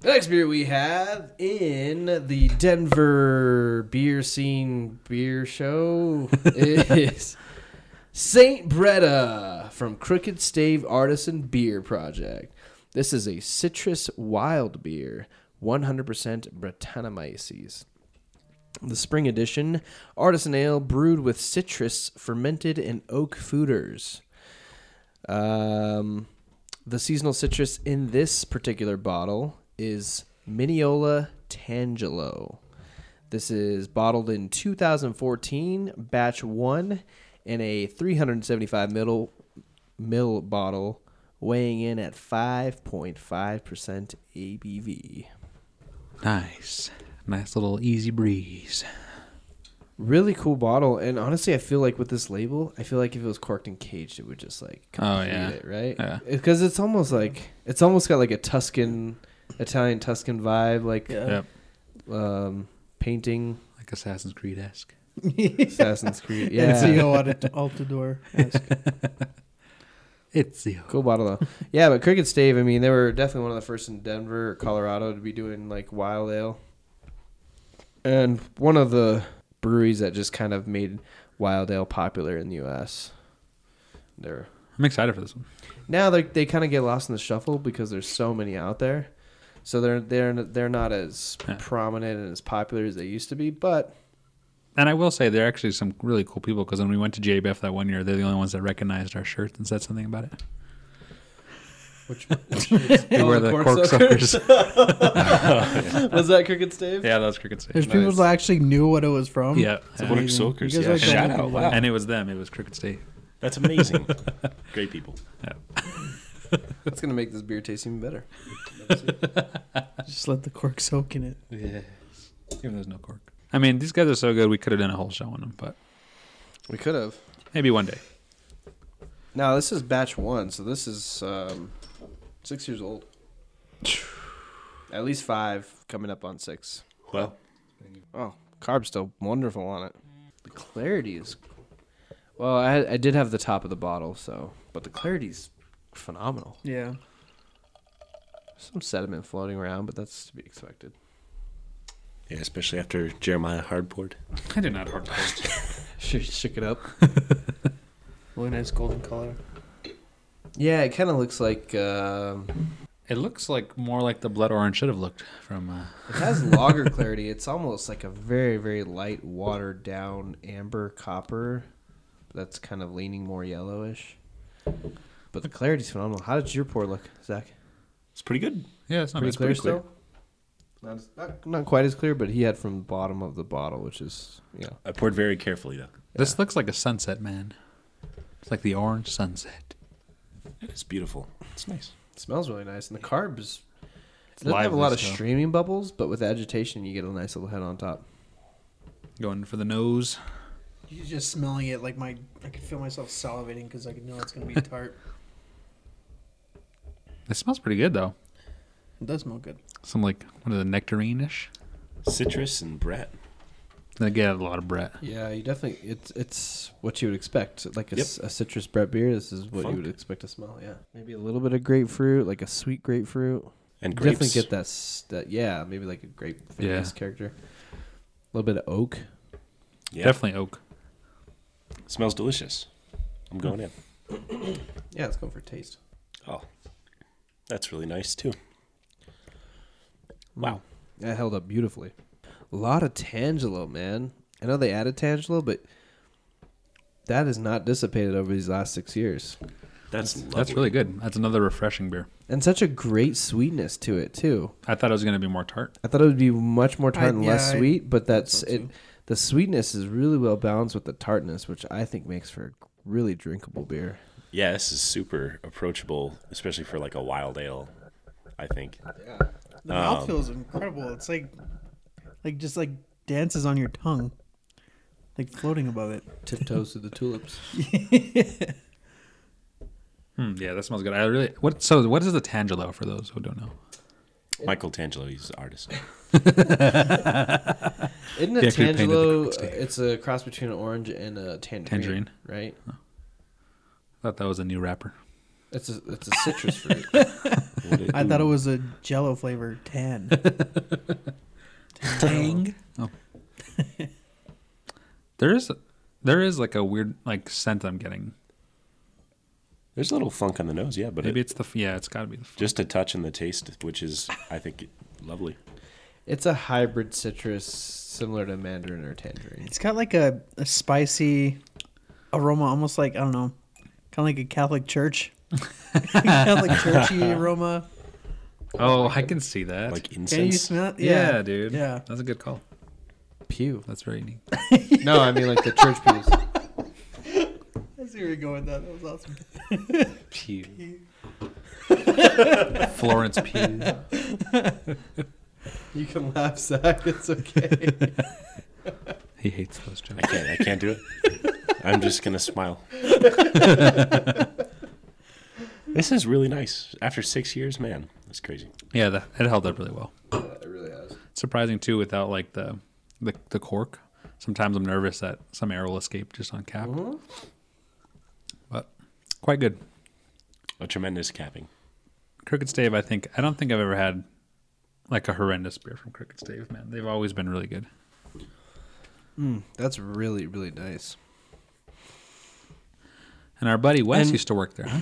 [SPEAKER 4] the next beer we have in the Denver beer scene beer show is Saint Bretta from Crooked Stave Artisan Beer Project. This is a citrus wild beer, 100% Brettanomyces. The spring edition, artisan ale brewed with citrus fermented in oak fooders. Um, the seasonal citrus in this particular bottle is Mineola Tangelo. This is bottled in 2014, batch one, in a 375 middle mill bottle, weighing in at 5.5% ABV.
[SPEAKER 3] Nice. Nice little easy breeze.
[SPEAKER 4] Really cool bottle, and honestly, I feel like with this label, I feel like if it was corked and caged, it would just like complete
[SPEAKER 3] Oh, yeah.
[SPEAKER 4] it, right?
[SPEAKER 3] Yeah.
[SPEAKER 4] Because it's almost like it's almost got like a Tuscan, Italian Tuscan vibe, like
[SPEAKER 3] Yep.
[SPEAKER 4] um, painting
[SPEAKER 3] Like Assassin's Creed esque.
[SPEAKER 4] Assassin's
[SPEAKER 3] [laughs]
[SPEAKER 4] Creed.
[SPEAKER 1] Yeah. It's
[SPEAKER 4] Yeah,
[SPEAKER 1] Altador.
[SPEAKER 3] It's the
[SPEAKER 4] cool bottle though. Yeah, but Cricket Stave, I mean, they were definitely one of the first in Denver, or Colorado, to be doing like wild ale, and one of the breweries that just kind of made wild ale popular in the U.S. They're
[SPEAKER 3] I'm excited for this one.
[SPEAKER 4] now they they kind of get lost in the shuffle because there's so many out there, so they're they're they're not as
[SPEAKER 3] Yeah.
[SPEAKER 4] prominent and as popular as they used to be. But
[SPEAKER 3] And I will say there are actually some really cool people because when we went to JBF that one year, they're the only ones that recognized our shirts and said something about it.
[SPEAKER 4] [laughs] which
[SPEAKER 3] They [laughs]
[SPEAKER 4] Oh,
[SPEAKER 3] were
[SPEAKER 4] the
[SPEAKER 3] the
[SPEAKER 4] cork
[SPEAKER 3] cork
[SPEAKER 4] suckers.
[SPEAKER 3] suckers.
[SPEAKER 4] [laughs] was that Cricket
[SPEAKER 3] [laughs]
[SPEAKER 4] Stave?
[SPEAKER 3] yeah, those cricket [laughs] staves.
[SPEAKER 1] There's people that actually knew what it was from.
[SPEAKER 3] Yeah.
[SPEAKER 2] The Cork
[SPEAKER 1] Amazing.
[SPEAKER 2] Soakers,
[SPEAKER 1] You guys
[SPEAKER 2] yeah.
[SPEAKER 1] like the
[SPEAKER 2] Shout
[SPEAKER 1] local
[SPEAKER 2] out,
[SPEAKER 1] one.
[SPEAKER 2] wow.
[SPEAKER 3] And it was them. It was Crooked State.
[SPEAKER 2] That's
[SPEAKER 3] [laughs]
[SPEAKER 2] amazing. Great people.
[SPEAKER 4] That's gonna make this beer taste even better.
[SPEAKER 1] Just let the cork soak in it.
[SPEAKER 3] Yes. Even though there's no cork. I mean, these guys are so good. We could have done a whole show on them, but
[SPEAKER 4] We could have.
[SPEAKER 3] maybe one day.
[SPEAKER 4] Now this is batch one, so this is um, six
[SPEAKER 3] [sighs]
[SPEAKER 4] years old. At least five, coming up on six.
[SPEAKER 2] Well,
[SPEAKER 4] Oh, carb's still wonderful on it. The clarity is. Well, I I did have the top of the bottle, so but the clarity's phenomenal.
[SPEAKER 1] Yeah.
[SPEAKER 4] Some sediment floating around, but that's to be [laughs] expected.
[SPEAKER 2] yeah, especially after Jeremiah Hardport.
[SPEAKER 3] I did not hard post.
[SPEAKER 4] Shook, shook it up.
[SPEAKER 1] Really nice golden color.
[SPEAKER 4] Yeah, it kind of looks like um,
[SPEAKER 3] [laughs] It looks like more like the blood orange should have looked from. Uh,
[SPEAKER 4] It has lager [laughs] clarity. It's almost like a very, very light, watered down amber copper that's kind of leaning more yellowish. But the clarity's phenomenal. How did your pour look, Zach?
[SPEAKER 2] It's pretty good.
[SPEAKER 3] yeah, it's not
[SPEAKER 4] Pretty
[SPEAKER 3] bad.
[SPEAKER 4] clear still? Not, as- not, not quite as clear, but he had from the bottom of the bottle, which is, you know.
[SPEAKER 2] I poured very carefully though.
[SPEAKER 3] This looks like a sunset, man. It's like the orange sunset.
[SPEAKER 2] It's beautiful. It's nice.
[SPEAKER 4] It smells really nice. And the carbs. It doesn't have a
[SPEAKER 3] lively
[SPEAKER 4] lot of
[SPEAKER 3] still.
[SPEAKER 4] streaming bubbles, but with agitation, you get a nice little head on top.
[SPEAKER 3] Going for the nose.
[SPEAKER 1] You're just smelling it like my. I could feel myself salivating because I could know it's gonna be tart.
[SPEAKER 3] It smells pretty good though.
[SPEAKER 1] [laughs] It does smell good.
[SPEAKER 3] Some like what is it, nectarine ish.
[SPEAKER 2] Citrus and Brett.
[SPEAKER 3] They get a lot of Brett.
[SPEAKER 4] Yeah, you definitely. It's it's what you would expect, like a,
[SPEAKER 2] Yep.
[SPEAKER 4] s- a citrus Brett beer. This is what
[SPEAKER 2] Funk.
[SPEAKER 4] you would expect to smell. Yeah, maybe a little bit of grapefruit, like a sweet grapefruit.
[SPEAKER 2] And
[SPEAKER 4] You
[SPEAKER 2] grapes.
[SPEAKER 4] Definitely get that. s- That yeah, maybe like a grape
[SPEAKER 3] Yeah.
[SPEAKER 4] fitness character. A little bit of oak.
[SPEAKER 2] Yeah.
[SPEAKER 3] Definitely oak.
[SPEAKER 2] Smells delicious. I'm going in.
[SPEAKER 4] Yeah, it's going for taste.
[SPEAKER 2] Oh, that's really nice too. Wow.
[SPEAKER 4] That held up beautifully. A lot of Tangelo, man. I know they added Tangelo, but that has not dissipated over these last six years.
[SPEAKER 2] That's lovely.
[SPEAKER 3] That's really good. That's another refreshing beer.
[SPEAKER 4] And such a great sweetness to it too.
[SPEAKER 3] I thought it was gonna be more tart.
[SPEAKER 4] I thought it would be much more tart
[SPEAKER 1] I-
[SPEAKER 4] and
[SPEAKER 1] yeah,
[SPEAKER 4] less
[SPEAKER 1] I
[SPEAKER 4] sweet, but that's
[SPEAKER 1] so,
[SPEAKER 4] it.
[SPEAKER 1] too.
[SPEAKER 4] The sweetness is really well balanced with the tartness, which I think makes for a really drinkable beer.
[SPEAKER 2] Yeah, this is super approachable, especially for like a wild ale. I think.
[SPEAKER 1] The
[SPEAKER 3] Um,
[SPEAKER 1] mouthfeel is incredible. It's like, like just like dances on your tongue, like floating above it.
[SPEAKER 4] Tiptoes through the tulips.
[SPEAKER 3] Hmm, yeah, that smells good. I really what so what is the tangelo for those who don't know?
[SPEAKER 2] Michael Tangelo, he's an artist.
[SPEAKER 4] Isn't it
[SPEAKER 3] Yeah, could have painted the
[SPEAKER 4] Tangelo? uh,
[SPEAKER 3] cocktail.
[SPEAKER 4] It's a cross between an orange and a tangerine.
[SPEAKER 3] Tangerine.
[SPEAKER 4] Right?
[SPEAKER 3] I thought that was a new rapper.
[SPEAKER 4] It's a, it's a citrus fruit.
[SPEAKER 2] What it-
[SPEAKER 1] I thought it was a Jello flavor
[SPEAKER 3] [laughs]
[SPEAKER 1] tan. Tang.
[SPEAKER 3] There is there is like a weird like scent I'm getting.
[SPEAKER 2] There's a little funk on the nose, yeah, but
[SPEAKER 3] Maybe
[SPEAKER 2] it,
[SPEAKER 3] it's the f- yeah, it's got to be the f-
[SPEAKER 2] just a touch in the taste, which is, I think, lovely.
[SPEAKER 4] it's a hybrid citrus similar to mandarin or tangerine.
[SPEAKER 1] It's got like a, a spicy aroma, almost like I don't know, kind of like a Catholic church, [laughs] Catholic churchy aroma.
[SPEAKER 3] Oh, I can see that.
[SPEAKER 2] Like
[SPEAKER 1] Can you
[SPEAKER 2] incense.
[SPEAKER 1] smell? it?
[SPEAKER 3] yeah, dude.
[SPEAKER 1] Yeah.
[SPEAKER 3] That's a good call.
[SPEAKER 4] Pew.
[SPEAKER 3] That's very neat.
[SPEAKER 4] [laughs] No, I mean like the church pews.
[SPEAKER 1] I see where you're going. With that that was awesome.
[SPEAKER 3] Pew. [laughs] Florence Pew.
[SPEAKER 4] [laughs] You can laugh, Zach. It's [laughs] okay.
[SPEAKER 3] He hates those
[SPEAKER 2] I
[SPEAKER 3] jokes.
[SPEAKER 2] can't. I can't do it. I'm just gonna smile. this is really nice. After six years, man, that's crazy.
[SPEAKER 3] Yeah, that, it held up really well.
[SPEAKER 4] it really has.
[SPEAKER 3] Surprising too, without like the the, the cork. Sometimes I'm nervous that some air will escape just on cap, but quite good.
[SPEAKER 2] A tremendous capping.
[SPEAKER 3] Crooked Stave, I think I don't think I've ever had like a horrendous beer from Crooked Stave. Man, they've always been really good.
[SPEAKER 4] That's really, really nice.
[SPEAKER 3] And our buddy Wes
[SPEAKER 4] And-
[SPEAKER 3] used to work there. Huh?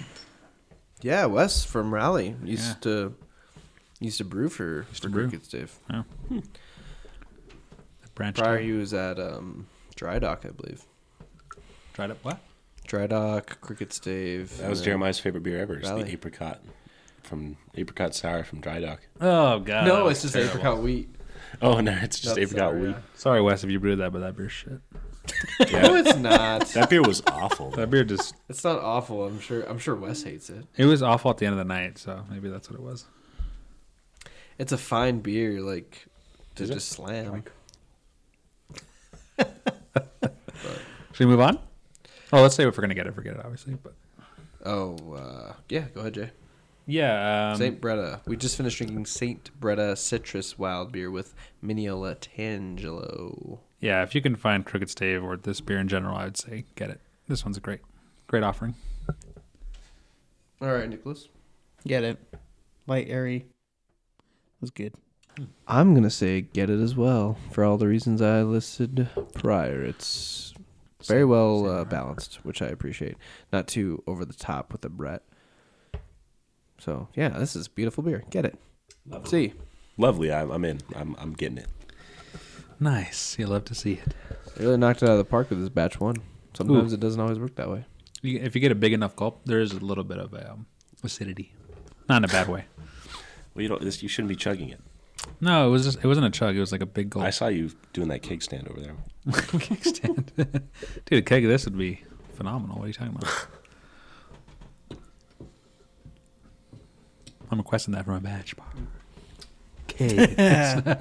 [SPEAKER 4] Yeah, Wes from Raleigh used
[SPEAKER 3] Yeah.
[SPEAKER 4] to used to brew for,
[SPEAKER 3] to
[SPEAKER 4] for
[SPEAKER 3] brew.
[SPEAKER 4] Crooked Stave.
[SPEAKER 3] The branch
[SPEAKER 4] Prior, he was at um, Dry Dock, I believe.
[SPEAKER 3] dried up. What?
[SPEAKER 4] Dry Dock, Crooked Stave. uh,
[SPEAKER 2] That was
[SPEAKER 4] and then-
[SPEAKER 2] Jeremiah's favorite beer ever. It's the
[SPEAKER 4] Valley.
[SPEAKER 2] apricot from apricot sour from Dry Dock.
[SPEAKER 3] Oh god.
[SPEAKER 4] No, it's just apricot wheat.
[SPEAKER 2] Oh no, it's just
[SPEAKER 4] That's
[SPEAKER 2] apricot
[SPEAKER 4] sour,
[SPEAKER 2] wheat.
[SPEAKER 4] yeah.
[SPEAKER 3] Sorry, Wes, if you brewed that, but that beer shit.
[SPEAKER 4] No, it's
[SPEAKER 2] [laughs]
[SPEAKER 4] not.
[SPEAKER 2] That beer was awful.
[SPEAKER 3] That beer just
[SPEAKER 4] It's not awful. I'm sure. I'm sure Wes hates it.
[SPEAKER 3] It was awful at the end of the night, so maybe that's what it was.
[SPEAKER 4] It's a fine beer, like to
[SPEAKER 2] Is it?
[SPEAKER 4] just slam.
[SPEAKER 3] Should we move on? Oh, let's say if we're gonna get it, forget it, obviously. But
[SPEAKER 4] Oh, uh, yeah. Go ahead, Jay.
[SPEAKER 3] yeah, um,
[SPEAKER 4] Saint Bretta. We just finished drinking Saint Bretta Citrus Wild Beer with Mineola Tangelo.
[SPEAKER 3] yeah. If you can find Crooked Stave or this beer in general, I would say get it. This one's a great, great offering.
[SPEAKER 4] All right, Nicholas.
[SPEAKER 1] Get it. Light, airy. It was good.
[SPEAKER 4] I'm gonna say get it as well for all the reasons I listed prior. It's very well uh, balanced, which I appreciate. Not too over the top with the Brett. So yeah, this is beautiful beer. Get it. See,
[SPEAKER 2] Lovely. I'm, I'm in. I'm, I'm getting it.
[SPEAKER 3] Nice. You love to see it.
[SPEAKER 4] they really knocked it out of the park with this batch one. Sometimes it doesn't always work that way.
[SPEAKER 3] You, if you get a big enough gulp, there is a little bit of um, acidity, not in a bad way.
[SPEAKER 2] Well, you don't. This, you shouldn't be chugging it.
[SPEAKER 3] [laughs] No, it was just it wasn't a chug. It was like a big gulp.
[SPEAKER 2] I saw you doing that cake stand over there.
[SPEAKER 3] Keg [laughs] stand. Dude, a keg of this would be phenomenal. What are you talking about? [laughs] I'm requesting that from a batch bar.
[SPEAKER 4] Okay.
[SPEAKER 1] Yeah.
[SPEAKER 4] I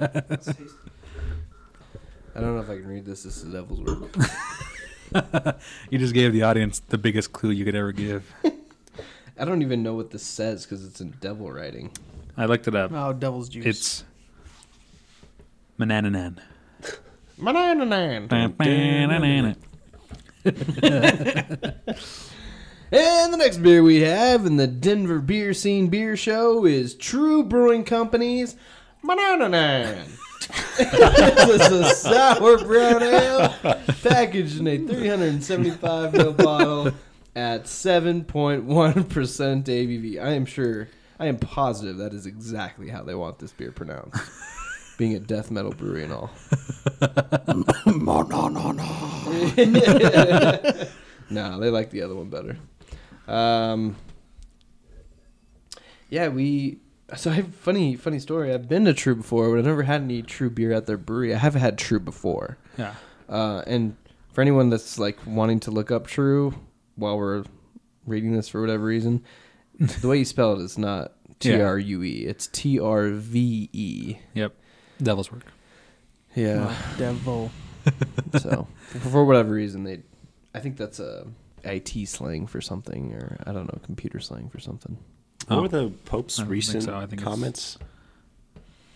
[SPEAKER 4] don't know if I can read this. This is Devil's Work.
[SPEAKER 3] You just gave the audience the biggest clue you could ever give.
[SPEAKER 4] I don't even know what this says because it's in devil writing.
[SPEAKER 3] I looked it up.
[SPEAKER 1] oh, devil's juice.
[SPEAKER 3] It's Manananan.
[SPEAKER 4] And
[SPEAKER 3] It's
[SPEAKER 4] the next beer we have in the Denver Beer Scene Beer Show is True Brewing Company's Banana Nine. [laughs] this is a sour brown ale packaged in a 375 ml bottle at 7.1% ABV. I am sure, I am positive that is exactly how they want this beer pronounced. Being a death metal brewery and all. [laughs] Nah, they like the other one better. Um, yeah, we. So I have funny, funny story. I've been to True before, but I've never had any True beer at their brewery. I have had True before.
[SPEAKER 3] [laughs] Yeah.
[SPEAKER 4] Uh, and for anyone that's like wanting to look up True while we're reading this for whatever reason, the way you spell it is not T
[SPEAKER 3] Yeah.
[SPEAKER 4] R U E. It's T R V E.
[SPEAKER 3] Yep. Devil's work.
[SPEAKER 4] Yeah.
[SPEAKER 1] Oh,
[SPEAKER 3] uh,
[SPEAKER 1] Devil.
[SPEAKER 4] so [laughs] for whatever reason, they, I think that's a IT slang for something, or I don't know, computer slang for [laughs] something.
[SPEAKER 2] What
[SPEAKER 3] Oh.
[SPEAKER 2] were the Pope's
[SPEAKER 3] I don't think
[SPEAKER 2] recent
[SPEAKER 3] so. I think it's-
[SPEAKER 2] comments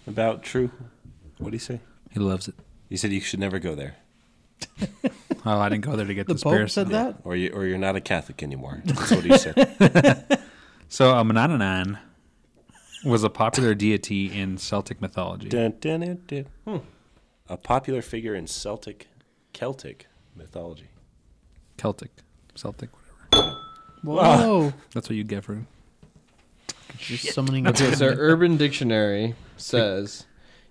[SPEAKER 2] about true? What did he say?
[SPEAKER 3] He loves it.
[SPEAKER 2] He said you should never go there,
[SPEAKER 3] Oh, I didn't go there to get
[SPEAKER 1] The Pope
[SPEAKER 3] conspiracy.
[SPEAKER 1] said that?
[SPEAKER 4] [laughs]
[SPEAKER 2] or you or you're not a Catholic [laughs] anymore. That's what he said.
[SPEAKER 3] So a Manananan was a popular deity in Celtic mythology.
[SPEAKER 2] Dun, dun, dun, dun. A popular figure in Celtic, Celtic mythology.
[SPEAKER 3] Celtic. Celtic, whatever.
[SPEAKER 1] Whoa.
[SPEAKER 3] That's what you get for
[SPEAKER 1] Just summoning a
[SPEAKER 4] Okay, so Urban Dictionary says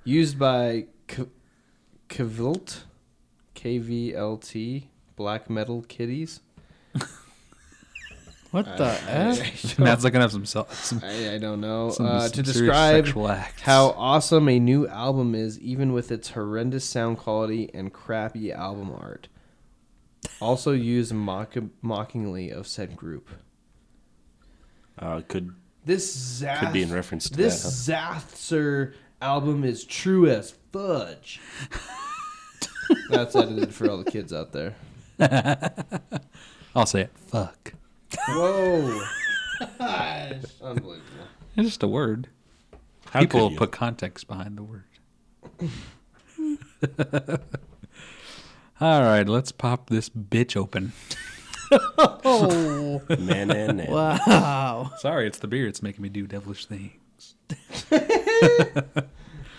[SPEAKER 4] used by K- Kvilt, K V L T, black metal kitties.
[SPEAKER 1] What the
[SPEAKER 4] I,
[SPEAKER 1] F?
[SPEAKER 3] [laughs] Matt's looking up some, cel- some,
[SPEAKER 4] I, I don't know.
[SPEAKER 3] some,
[SPEAKER 4] uh, to
[SPEAKER 3] some serious
[SPEAKER 4] describe
[SPEAKER 3] sexual acts.
[SPEAKER 4] how awesome a new album is, even with its horrendous sound quality and crappy album art. Also used mock- mockingly of said group.
[SPEAKER 2] Uh, could
[SPEAKER 4] This Zath,
[SPEAKER 2] Could be in reference to
[SPEAKER 4] this
[SPEAKER 2] that,
[SPEAKER 4] Zatzer album is true as fudge. [laughs] That's edited for all the kids out there.
[SPEAKER 3] I'll say it. Fuck.
[SPEAKER 4] Whoa, unbelievable!
[SPEAKER 3] It's just a word.
[SPEAKER 2] How
[SPEAKER 3] People
[SPEAKER 2] could you?
[SPEAKER 3] put context behind the word. [laughs] All right, let's pop this bitch open.
[SPEAKER 1] Oh,
[SPEAKER 2] man and [laughs]
[SPEAKER 1] [laughs]
[SPEAKER 2] man.
[SPEAKER 1] wow.
[SPEAKER 3] Sorry, it's the beer. It's making me do devilish things.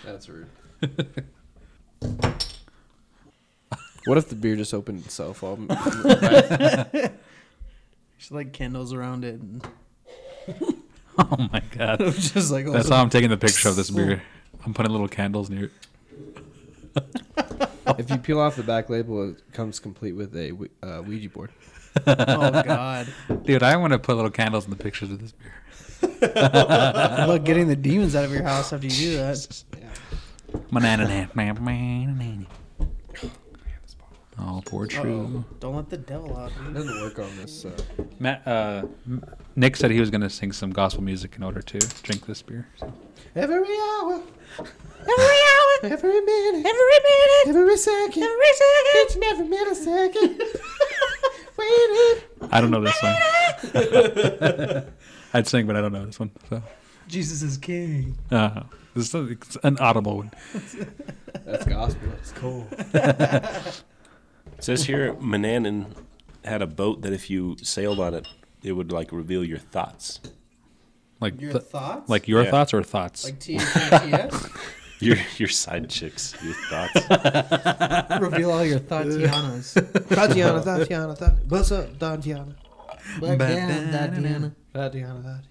[SPEAKER 4] That's rude. what if the beer just opened itself up?
[SPEAKER 1] Just like candles around it. And [laughs]
[SPEAKER 3] Oh my god.
[SPEAKER 1] I'm just like, oh,
[SPEAKER 3] That's how I'm taking the picture of this beer. I'm putting little candles near it.
[SPEAKER 4] if you peel off the back label, it comes complete with a Ouija- uh, Ouija board.
[SPEAKER 1] oh, God.
[SPEAKER 3] Dude, I want to put little candles in the pictures of this beer.
[SPEAKER 1] Look, getting the demons out of your house after you do that.
[SPEAKER 3] [laughs] Manananan. Oh, poor true.
[SPEAKER 1] Uh-oh. Don't let the devil out. dude.
[SPEAKER 4] It doesn't work on this. Uh,
[SPEAKER 3] Matt, uh, M- Nick said he was going to sing some gospel music in order to drink this beer. so.
[SPEAKER 4] Every hour. Every hour. Every minute. Every minute. Every second. Every second. Each and every [laughs] millisecond. Waiting.
[SPEAKER 3] I don't know this one. [laughs] I'd sing, but I don't know this one. So
[SPEAKER 1] Jesus is king.
[SPEAKER 3] uh, this is it's an audible one.
[SPEAKER 4] That's gospel. That's cool.
[SPEAKER 2] It says here Mananan had a boat that if you sailed on it, it would like reveal your thoughts.
[SPEAKER 3] Like
[SPEAKER 1] Your
[SPEAKER 3] th-
[SPEAKER 1] thoughts?
[SPEAKER 3] like your
[SPEAKER 2] Yeah.
[SPEAKER 3] thoughts or thoughts.
[SPEAKER 1] Like E
[SPEAKER 3] [laughs]
[SPEAKER 1] T-H-A-T-S?
[SPEAKER 2] Your your side chicks, your thoughts.
[SPEAKER 1] Reveal all your Tatianas.
[SPEAKER 3] [laughs]
[SPEAKER 4] Tatiana, Tatiana, Tatiana. What's up, Tatiana?
[SPEAKER 1] Back down, Tatiana.
[SPEAKER 4] Tatiana, Tatiana.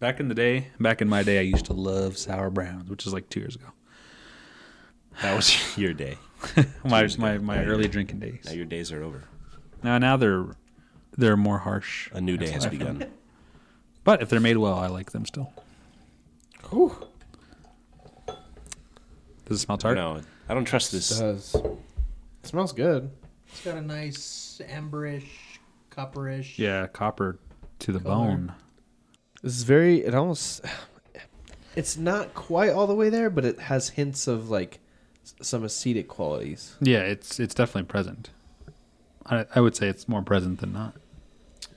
[SPEAKER 3] back in the day, back in my day, I used to love sour browns, which is like two years ago.
[SPEAKER 2] That was your day.
[SPEAKER 3] My
[SPEAKER 2] years
[SPEAKER 3] my,
[SPEAKER 2] ago.
[SPEAKER 3] my early drinking
[SPEAKER 2] Now
[SPEAKER 3] days.
[SPEAKER 2] your days are over.
[SPEAKER 3] Now now they're they're more harsh.
[SPEAKER 2] A new day has begun.
[SPEAKER 3] But if they're made well, I like them still. Does it smell tart?
[SPEAKER 2] No, I don't trust this.
[SPEAKER 4] Does. It smells good.
[SPEAKER 1] It's got a nice amberish, copperish.
[SPEAKER 3] Yeah, copper to the
[SPEAKER 1] Color.
[SPEAKER 3] bone.
[SPEAKER 4] This is very. It almost. It's not quite all the way there, but it has hints of like s- some acetic qualities.
[SPEAKER 3] Yeah, it's it's definitely present. I I would say it's more present than not.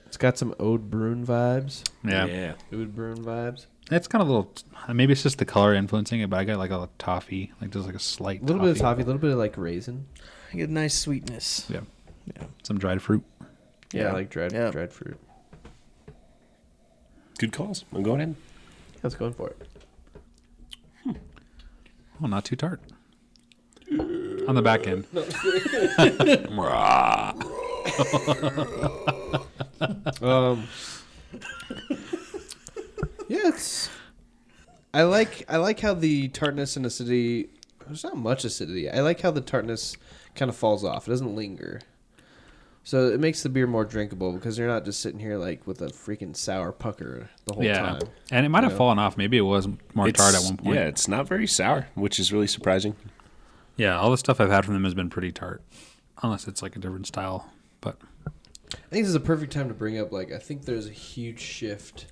[SPEAKER 4] It's got some Ode Brune vibes.
[SPEAKER 3] Yeah.
[SPEAKER 4] Ode Brune vibes.
[SPEAKER 3] It's kind of a little. Maybe it's just the color influencing it, but I got like a toffee, like just like a slight.
[SPEAKER 4] A little bit of toffee, a little bit of like raisin.
[SPEAKER 1] I get nice sweetness.
[SPEAKER 3] Yeah. Yeah. Some dried fruit.
[SPEAKER 4] Yeah,
[SPEAKER 1] Yeah.
[SPEAKER 4] like dried
[SPEAKER 1] Yeah.
[SPEAKER 4] dried fruit.
[SPEAKER 2] Good calls. I'm going in.
[SPEAKER 4] I was going for it.
[SPEAKER 3] Well, not too tart. On the back end.
[SPEAKER 4] Um, yeah, it's. I like I like how the tartness and acidity. There's not much acidity. I like how the tartness kind of falls off. It doesn't linger. So it makes the beer more drinkable because you're not just sitting here like with a freaking sour pucker the whole
[SPEAKER 3] yeah.
[SPEAKER 4] time.
[SPEAKER 3] And it might have
[SPEAKER 4] Yeah.
[SPEAKER 3] fallen off. Maybe it was more tart at
[SPEAKER 2] It's-
[SPEAKER 3] one point.
[SPEAKER 2] Yeah, it's not very sour, which is really surprising.
[SPEAKER 3] Yeah, all the stuff I've had from them has been pretty tart, unless it's like a different style. But
[SPEAKER 4] I think this is a perfect time to bring up. Like, I think there's a huge shift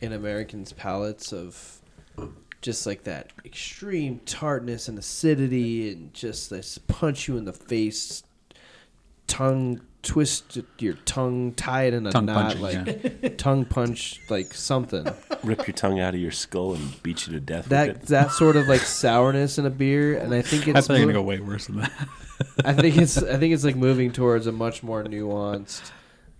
[SPEAKER 4] in Americans' palates of just like that extreme tartness and acidity, and just this punch you in the face, tongue twist your tongue, tie it in a
[SPEAKER 3] Tongue
[SPEAKER 4] knot,
[SPEAKER 3] punching,
[SPEAKER 4] like [laughs] tongue punch,
[SPEAKER 3] [laughs]
[SPEAKER 4] like something
[SPEAKER 2] Rip your tongue out of your skull and beat you to death
[SPEAKER 4] that
[SPEAKER 2] with it.
[SPEAKER 4] that sort of like sourness in a beer. And I think it's
[SPEAKER 3] I thought you were
[SPEAKER 4] mo-
[SPEAKER 3] gonna go way worse than that. [laughs]
[SPEAKER 4] I think it's I think it's like moving towards a much more nuanced,